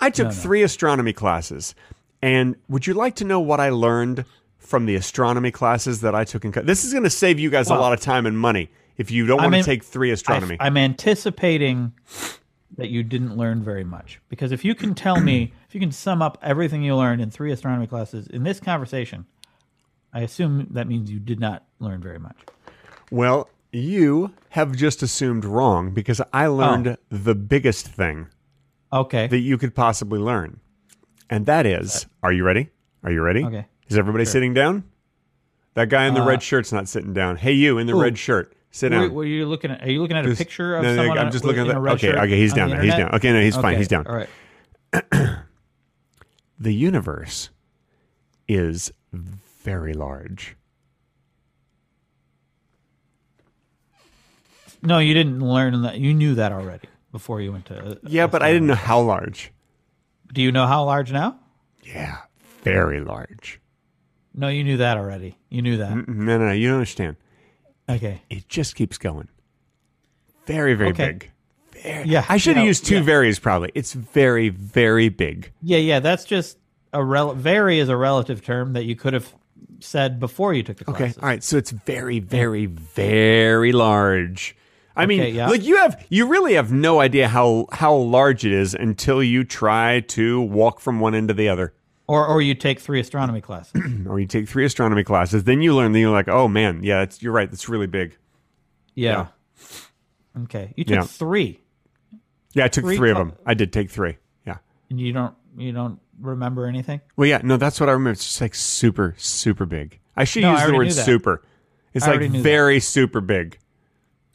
A: I took three astronomy classes, and would you like to know what I learned from the astronomy classes that I took in? co- This is going to save you guys a
B: Well-
A: lot of time and money if you don't
B: I
A: want to
B: mean,
A: take three astronomy.
B: I, am anticipating that you didn't learn very much because if you can tell me, if you can sum up everything you learned in three astronomy classes in this conversation, I assume that means you did not learn very much.
A: well, you have just assumed wrong because I
B: Oh.
A: learned the biggest thing
B: Okay.
A: that you could possibly learn, and that is. Are you ready? Are you ready?
B: Okay. Uh,
A: Is everybody sitting down? That guy in the red shirt's not sitting down. Hey, you in the red shirt, sit down.
B: Wait, were you looking at? Are you looking at a
A: Just-
B: picture of
A: no, no,
B: someone?
A: I'm
B: on-
A: just looking
B: in
A: at
B: a
A: the-
B: red
A: okay,
B: shirt
A: okay, he's
B: on the
A: down there, he's
B: internet?
A: down. Okay, no, he's fine,
B: Okay,
A: he's down.
B: All right.
A: the universe is very large.
B: No, you didn't learn that. You knew that already before you went to.
A: Yeah, but I didn't know how large.
B: Do you know how large now?
A: Yeah, very large.
B: No, you knew that already. You knew that.
A: No, no, no, you don't understand.
B: Okay.
A: It just keeps going. Very, very
B: Okay.
A: big. Very,
B: Yeah,
A: I should have
B: no,
A: used two
B: yeah.
A: varies probably. It's very, very big.
B: Yeah, yeah. That's just a rel- very is a relative term that you could have said before you took the
A: Okay.
B: class.
A: All right. So it's very, very, very large. I mean,
B: Okay, yeah.
A: like you have, you really have no idea how how large it is until you try to walk from one end to the other.
B: Or, or you take three astronomy classes.
A: *clears throat* or you take three astronomy classes, then you learn. Then you're like, oh man, yeah, it's, you're right. That's really big.
B: Yeah. Okay. You took
A: Yeah.
B: three,
A: Yeah, I took
B: Three
A: three of
B: co-
A: them. I did take three. Yeah.
B: and you don't you don't remember anything.
A: Well, yeah, no, that's what I remember. It's just like super, super big. I should
B: No, I
A: use the
B: already
A: word
B: knew that.
A: super. It's
B: I
A: like
B: already knew that.
A: very super big,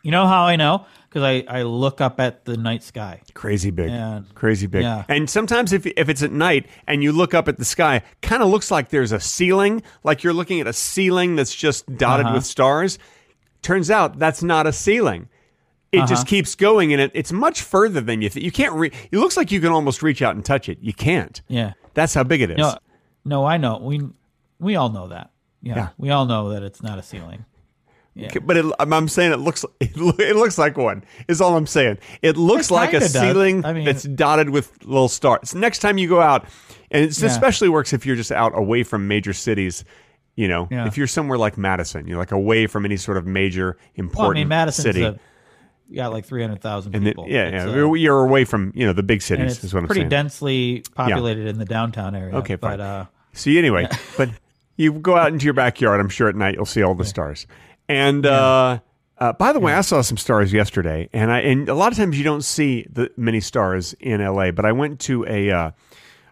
B: You know how I know? Because I I look up at the night sky.
A: crazy big,
B: Yeah.
A: crazy big.
B: Yeah.
A: And sometimes if if it's at night and you look up at the sky, kind of looks like there's a ceiling, like you're looking at a ceiling that's just dotted
B: Uh-huh.
A: with stars. Turns out that's not a ceiling. It
B: Uh-huh.
A: just keeps going, and it, it's much further than you think. You can't. Re- it looks like you can almost reach out and touch it. You can't.
B: Yeah.
A: That's how big it is.
B: No, no, I know. We we all know that. Yeah,
A: Yeah.
B: we all know that it's not a ceiling.
A: Okay, But it, I'm I'm saying it looks *laughs* it, loo- it looks like one is all I'm saying. It looks
B: It
A: like a
B: kinda does.
A: ceiling
B: I mean-
A: that's dotted with little stars. Next time you go out, and it
B: Yeah.
A: especially works if you're just out away from major cities. You know,
B: Yeah.
A: if you're somewhere like Madison, you're like away from any sort of major important
B: Well, I mean, Madison's
A: city.
B: a, you got like three hundred thousand
A: And it-
B: people.
A: yeah,
B: It's
A: yeah,
B: a-
A: you're- you're away from you know the big
B: and
A: cities
B: it's
A: is what I'm
B: pretty
A: saying.
B: densely populated in the downtown area.
A: Okay, fine.
B: But, uh,
A: So anyway, but you go out into your backyard. I'm sure at night you'll see all the stars. And uh, uh, by the way, I saw some stars yesterday, and I and a lot of times you don't see the many stars in LA. But I went to a uh,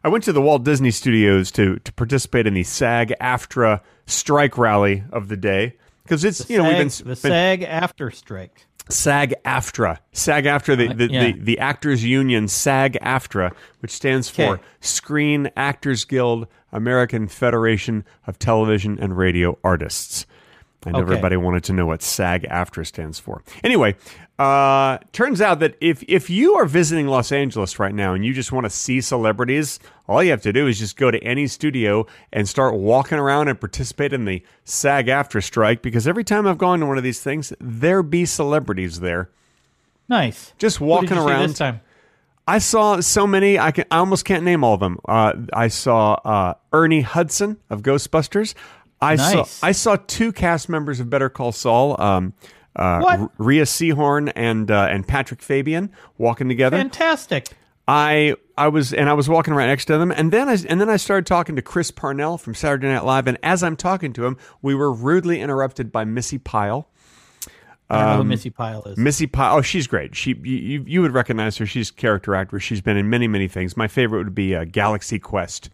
A: I went to the Walt Disney Studios to to participate in the SAG-AFTRA strike rally of the day because it's you know we've been,
B: SAG the
A: been
B: SAG after strike.
A: SAG AFTRA. SAG AFTRA, the, the,
B: yeah.
A: the, the Actors Union, SAG AFTRA, which stands for
B: Okay.
A: Screen Actors Guild, American Federation of Television and Radio Artists. I know
B: Okay.
A: everybody wanted to know what SAG AFTRA stands for. Anyway, uh, turns out that if, if you are visiting Los Angeles right now and you just want to see celebrities, all you have to do is just go to any studio and start walking around and participate in the SAG AFTRA strike because every time I've gone to one of these things, there be celebrities there
B: Nice.
A: just
B: Who did
A: walking
B: you see
A: around.
B: this time.
A: I saw so many. I can. I almost can't name all of them. Uh, I saw uh, Ernie Hudson of Ghostbusters. I
B: Nice.
A: saw. I saw two cast members of Better Call Saul. Um, uh,
B: What?
A: R- Rhea Seahorn and uh, and Patrick Fabian walking together.
B: Fantastic.
A: I I was and I was walking right next to them, and then I and then I started talking to Chris Parnell from Saturday Night Live, and as I'm talking to him, we were rudely interrupted by Missy Pyle.
B: I don't know
A: Um,
B: who Missy Pyle is.
A: Missy Pyle. Oh, she's great. She you, you- you would recognize her. She's a character actress. She's been in many many things. My favorite would be uh, Galaxy Quest.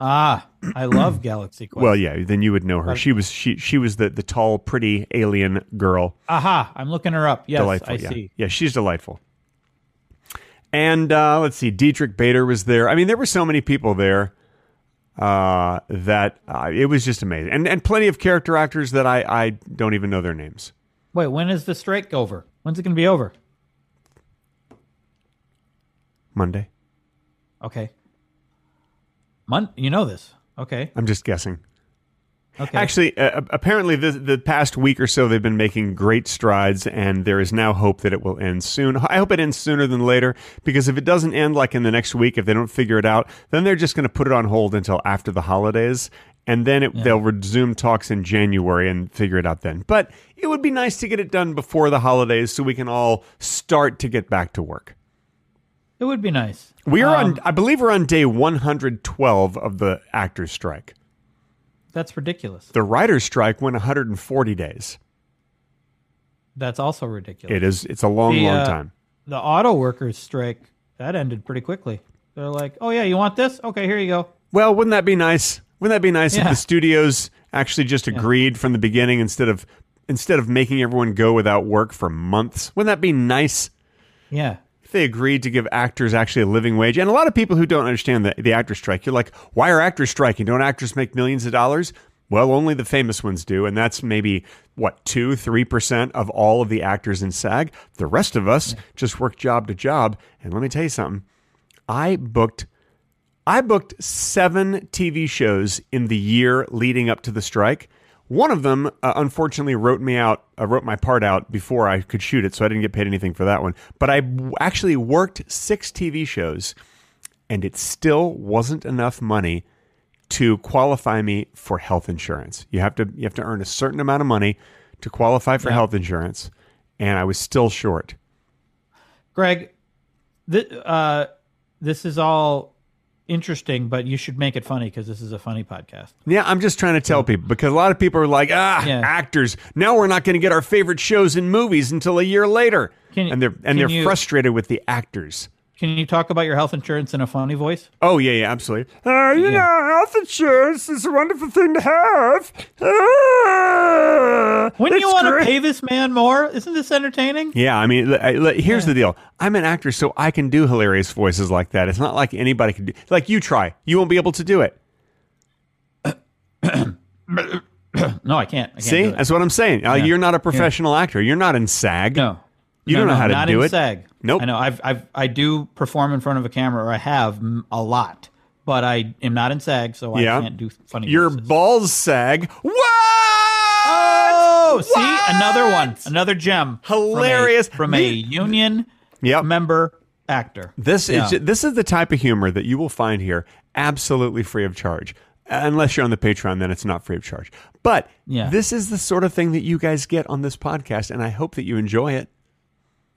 B: ah, I love Galaxy Quest.
A: Well, yeah, then you would know her. She was she she was the the tall, pretty alien girl.
B: Aha, I'm looking her up. Yes,
A: Delightful.
B: I
A: yeah.
B: see.
A: Yeah, she's delightful. And uh, let's see, Dietrich Bader was there. I mean, there were so many people there uh, that uh, it was just amazing, and and plenty of character actors that I I don't even know their names.
B: Wait, when is the strike over? When's it going to be over?
A: Monday.
B: Okay. Mon- you know this. Okay.
A: I'm just guessing.
B: Okay.
A: Actually, uh, apparently, the, the past week or so, they've been making great strides, and there is now hope that it will end soon. I hope it ends sooner than later, because if it doesn't end like in the next week, if they don't figure it out, then they're just going to put it on hold until after the holidays, and then it, they'll resume talks in January and figure it out then. But it would be nice to get it done before the holidays so we can all start to get back to work.
B: it would be nice. Um,
A: We are on, I believe, we're on day 112 of the actors' strike.
B: That's ridiculous.
A: The writers' strike went 140 days.
B: That's also ridiculous.
A: It is. It's a long,
B: The,
A: long
B: uh,
A: time.
B: The auto workers strike, that ended pretty quickly. They're like, "Oh yeah, you want this? Okay, here you go."
A: Well, wouldn't that be nice? Wouldn't that be nice if
B: Yeah.
A: the studios actually just agreed from the beginning instead of instead of making everyone go without work for months? Wouldn't that be nice?
B: Yeah.
A: If they agreed to give actors actually a living wage, and a lot of people who don't understand the, the actor strike, you're like, why are actors striking? Don't actors make millions of dollars? Well, only the famous ones do, and that's maybe what two, three percent of all of the actors in SAG. The rest of us just work job to job. And let me tell you something, I booked I booked seven TV shows in the year leading up to the strike. One of them, uh, unfortunately, wrote me out, uh, wrote my part out before I could shoot it, so I didn't get paid anything for that one. But I w- actually worked six TV shows, and it still wasn't enough money to qualify me for health insurance. You have to you have to earn a certain amount of money to qualify for health insurance, and I was still short.
B: Greg, th- uh, this is all interesting, but you should make it funny because this is a funny podcast.
A: Yeah, I'm just trying to tell people because a lot of people are like, ah,
B: Yeah.
A: actors. Now we're not going to get our favorite shows and movies until a year later,
B: Can-
A: and they're
B: can
A: and they're
B: you-
A: frustrated with the actors.
B: Can you talk about your health insurance in a funny voice?
A: Oh yeah, yeah, absolutely. Uh, you know, health insurance is a wonderful thing to have. Uh,
B: Wouldn't you
A: it's
B: want to
A: great.
B: pay this man more? Isn't
A: *laughs*
B: this entertaining?
A: Yeah, I mean, l- I- l- here's the deal. I'm an actor, so I can do hilarious voices like that. It's not like anybody can do. Like you try, you won't be able to do it.
B: No, I can't. I can't
A: See,
B: do it.
A: that's what I'm saying. Uh, You're not a professional actor. You're not in SAG.
B: no,
A: You
B: No,
A: don't know
B: no,
A: how to
B: not
A: do
B: in
A: it.
B: SAG.
A: Nope.
B: I know. I've, I've I do perform in front of a camera, or I have mm, a lot, but I am not in SAG, so I
A: Yeah.
B: can't do funny.
A: Your
B: voices.
A: balls sag. What?
B: Oh, see
A: What?
B: another one, another gem. from a-
A: Hilarious.
B: from a,
A: The-
B: union
A: Yep.
B: member actor.
A: This
B: Yeah.
A: is this is the type of humor that you will find here, absolutely free of charge. Unless you're on the Patreon, then it's not free of charge. But
B: Yeah.
A: this is the sort of thing that you guys get on this podcast, and I hope that you enjoy it.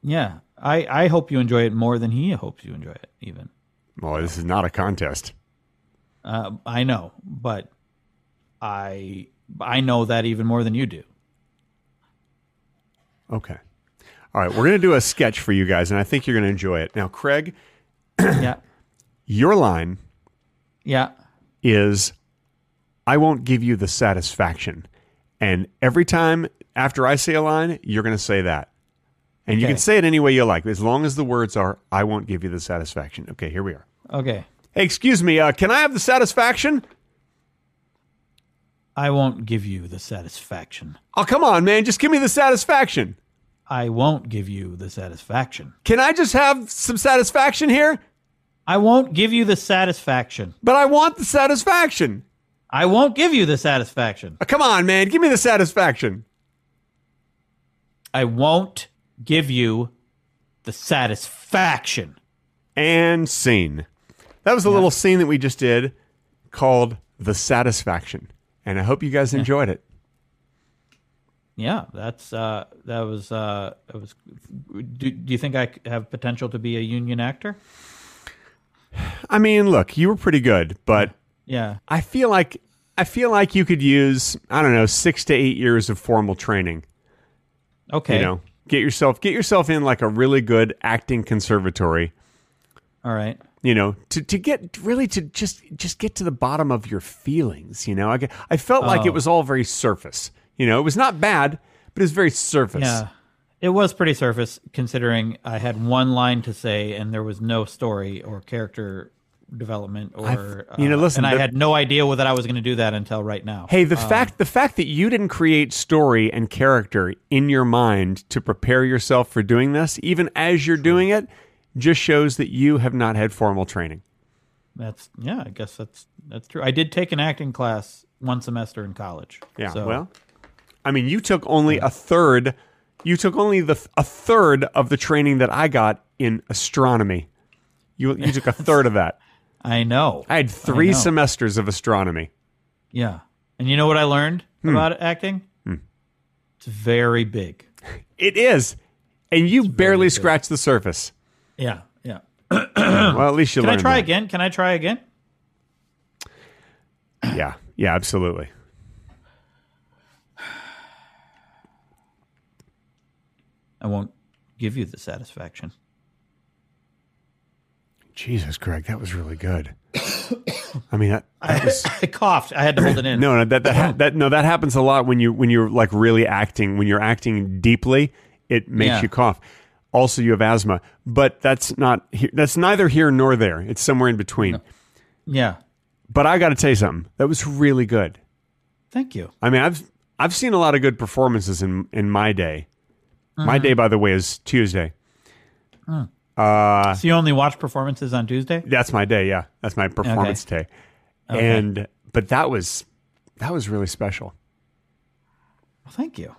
B: yeah. I I hope you enjoy it more than he hopes you enjoy it. Even
A: Boy, this is not a contest.
B: uh, I know, but I I know that even more than you do.
A: Okay. All right, we're gonna do a sketch for you guys, and I think you're gonna enjoy it. Now, Craig,
B: yeah,
A: your line
B: yeah.
A: is I won't give you the satisfaction. And every time after I say a line, you're going to say that. And you
B: Okay.
A: can say it any way you like, as long as the words are I won't give you the satisfaction. Okay, here we are.
B: Okay,
A: Hey, excuse me, uh, can I have the satisfaction?
B: I won't give you the satisfaction.
A: Oh, come on, man, just give me the satisfaction.
B: I won't give you the satisfaction.
A: Can I just have some satisfaction here?
B: I won't give you the satisfaction.
A: But I want the satisfaction.
B: I won't give you the satisfaction.
A: Oh, come on, man, give me the satisfaction.
B: I won't give you the satisfaction.
A: and scene. That was a little scene that we just did called The Satisfaction. And I hope you guys enjoyed it.
B: Yeah, that's uh, that was uh, that was. Do, do you think I c- have potential to be a union actor?
A: I mean, look, you were pretty good, but
B: Yeah,
A: I feel like I feel like you could use, I don't know, 6 to 8 years of formal training,
B: Okay.
A: you know. Get yourself get yourself in like a really good acting conservatory,
B: All right.
A: you know, to, to get really to just just get to the bottom of your feelings, you know. I, get- I felt like
B: Oh.
A: it was all very surface, you know. It was not bad, but it was very surface.
B: Yeah. It was pretty surface considering I had one line to say and there was no story or character development or uh,
A: you know, listen,
B: and I
A: the-
B: had no idea that I was going to do that until right now.
A: Hey, the fact the fact that you didn't create story and character in your mind to prepare yourself for doing this, even as you're doing it, just shows that you have not had formal training.
B: That's yeah, I guess that's that's true. I did take an acting class one semester in college.
A: Yeah.
B: So,
A: Well, I mean, you took only a third. You took only the a third of the training that I got in astronomy. You you
B: *laughs*
A: took a third of that.
B: I know.
A: I had three
B: know.
A: semesters of astronomy.
B: yeah. And you know what I learned
A: Hmm.
B: about acting? It's very big.
A: It is, and you barely scratched the
B: *clears throat*
A: surface.
B: Yeah. Yeah.
A: Well, at least you
B: Can I
A: learned.
B: try
A: that.
B: again? Can I try again?
A: Yeah. Yeah, absolutely.
B: I won't give you
A: *laughs*
B: the satisfaction. *laughs*
A: Jesus, Greg, that was really good. I mean, that, that was
B: I coughed. I had to hold it in.
A: no, no, that, that ha- that no, that happens a lot when you when you're like really acting, when you're acting deeply, it makes
B: Yeah.
A: you cough. Also, you have asthma, but that's not he- that's neither here nor there. It's somewhere in between.
B: Yeah.
A: But I got to tell you something. That was really good.
B: Thank you.
A: I mean, I've I've seen a lot of good performances in in my day. My day, by the way, is Tuesday. Uh.
B: so you only watch performances on Tuesday?
A: That's my day. Yeah, that's my performance day. And but that was that was really special.
B: Well, thank you.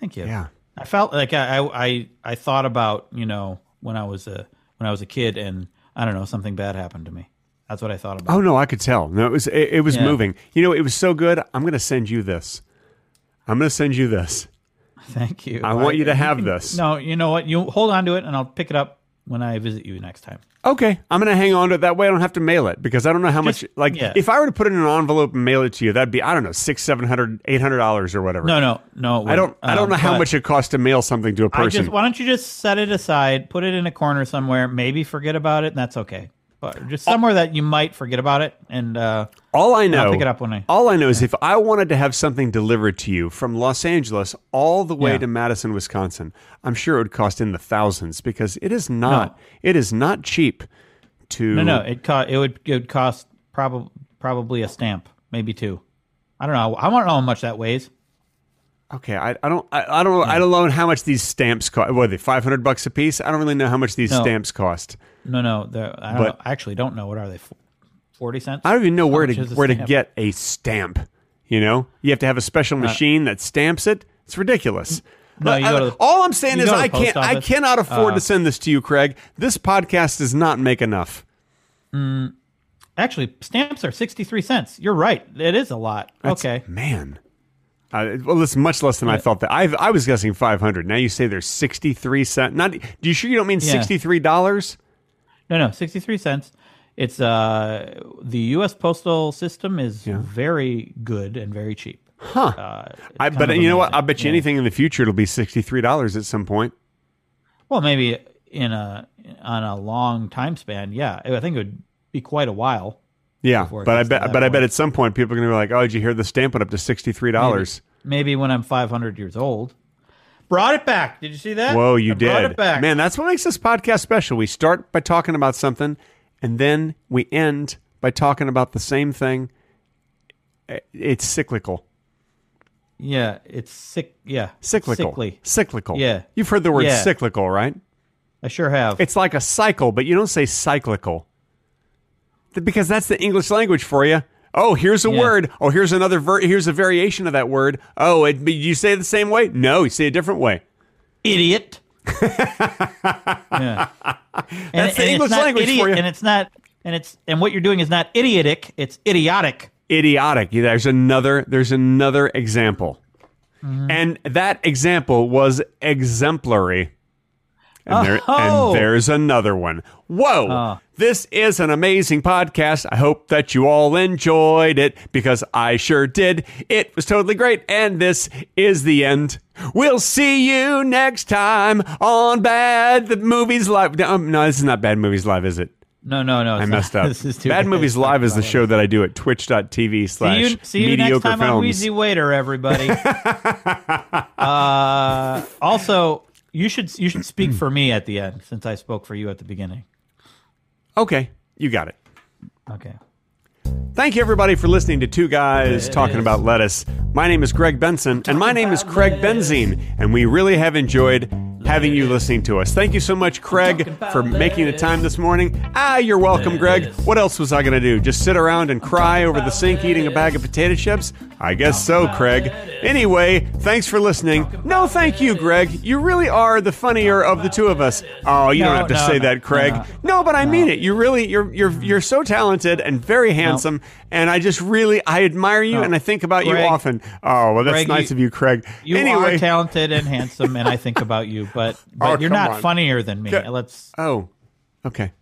B: Thank you.
A: Yeah.
B: I felt like I, I I I thought about, you know, when I was a when I was a kid and I don't know, something bad happened to me. That's what I thought about.
A: Oh no, I could tell. No, it was it, it was
B: Yeah.
A: moving. You know, it was so good. I'm going to send you this. I'm going to send you this.
B: *laughs* Thank you.
A: Oh. I want you to have this.
B: No, you know what? You hold on to it and I'll pick it up when I visit you next time.
A: Okay, I'm gonna hang on to it. That way, I don't have to mail it because I don't know how much.
B: Just-
A: Like,
B: yeah.
A: if I were to put it in an envelope and mail it to you, that'd be I don't know six, seven hundred, eight hundred dollars or whatever.
B: No, no, no. it
A: I don't.
B: wouldn't.
A: I don't
B: Um,
A: know how
B: but
A: much it costs to mail something to a
B: I
A: person.
B: just why don't you just set it aside, put it in a corner somewhere, maybe forget about it, and that's okay. But just somewhere that you might forget about it, and uh,
A: all I know,
B: pick it up when I-
A: All I know is if I wanted to have something delivered to you from Los Angeles all the way
B: Yeah.
A: to Madison, Wisconsin, I'm sure it would cost in the thousands because it is not. It is not cheap. To
B: no, no, it co- it would it would cost probably probably a stamp, maybe two. I don't know. I don't know how much that weighs.
A: Okay, I, I don't I, I don't know I don't know how much these stamps cost. What are they five hundred bucks a piece? I don't really know how much these
B: No.
A: stamps cost.
B: No, no, the- I don't.
A: But-
B: know. I actually don't know. What are they? f- Forty cents?
A: I don't even know where
B: much
A: to
B: is a
A: where to
B: stamp?
A: get a stamp. You know, you have to have a special machine that stamps it. It's ridiculous.
B: No, you
A: I-
B: go to the-
A: all I'm saying
B: you
A: is
B: go to the
A: I
B: post
A: can't I
B: office. Uh.
A: cannot afford to send this to you, Craig. This podcast does not make enough.
B: Actually, stamps are sixty-three cents. You're right. It is a lot. okay.
A: man. Uh, well, it's much less than I thought that. I I was guessing five hundred. Now you say there's sixty three cent. Not do you sure you don't mean
B: Yeah.
A: sixty three dollars?
B: No, no, sixty-three cents. It's uh, the U.S. postal system is very good and very cheap. Huh. Uh, it's
A: I,
B: kind
A: but
B: of
A: you know what?
B: amazing.
A: I'll bet you anything in the future it'll be sixty three dollars at some point.
B: Well, maybe in a on a long time span. Yeah, I think it would be quite a while.
A: Yeah,
B: it
A: but I
B: gets to
A: bet,
B: that
A: but I bet
B: point.
A: at some point people are gonna be like, "Oh, did you hear the stamp went up to sixty three dollars?"
B: Maybe when I'm five hundred years old. Brought it back. Did you see that?
A: Whoa, you
B: I Brought
A: did,
B: it back.
A: man! That's what makes this podcast special. We start by talking about something, and then we end by talking about the same thing. I- It's cyclical,
B: Yeah, it's sick. Yeah,
A: cyclical,
B: Sickly.
A: cyclical.
B: Yeah.
A: you've heard the word
B: Yeah.
A: cyclical, right?
B: I sure have.
A: It's like a cycle, but you don't say cyclical Th- because that's the English language for you. Oh, here's a
B: Yeah.
A: word. Oh, here's another ver- here's a variation of that word. Oh, it, but you say it the same way? No, you say it a different way.
B: *laughs* idiot. yeah. That's
A: the English language for you.
B: And it's not. And it's and what you're doing is not idiotic. It's idiotic.
A: Idiotic. Yeah, There's another there's another example. And that example was exemplary. And, there,
B: Oh.
A: and there's another one. Whoa! This is an amazing podcast. I hope that you all enjoyed it because I sure did. It was totally great. And this is the end. We'll see you next time on Bad the Movies Live. Um, no, this is not Bad Movies Live, is it?
B: No, no, no.
A: I
B: it's
A: messed
B: not.
A: up.
B: *laughs* This is too
A: Bad
B: bad.
A: Movies Live
B: *laughs*
A: is the show that I do at twitch.tv
B: See
A: slash
B: you, see you
A: mediocre
B: next time on
A: films.
B: Wheezy
A: *laughs*
B: Waiter, everybody. uh, also, you should you should speak for me at the end since I spoke for you at the beginning.
A: Okay, you got it.
B: Okay.
A: Thank you, everybody, for listening to Two Guys Talking About Lettuce. My name is Greg Benson, and my name is Craig Benzine, and we really have enjoyed having you listening to us. Thank you so much, Craig, for making the time this morning. Ah, you're welcome, Greg. What else was I going to do? Just sit around and cry over the sink eating a bag of potato chips? I guess so, Craig. Anyway, thanks for listening. No, thank you, Greg. You really are the funnier of the two of us. Oh, you don't
B: No,
A: have to
B: no,
A: say
B: no,
A: that, Craig.
B: no.
A: No, but I mean it. You really you're you're you're so talented and very handsome, and I just really I admire you
B: No.
A: and I think about you
B: Greg-
A: often. Oh well, that's
B: Greg,
A: nice
B: you-
A: of you, Craig.
B: You
A: anyway,
B: are talented
A: *laughs*
B: and handsome, and I think about you, but, but
A: Oh,
B: you're
A: come
B: not
A: on.
B: funnier than me.
A: Okay.
B: Let's
A: oh, okay.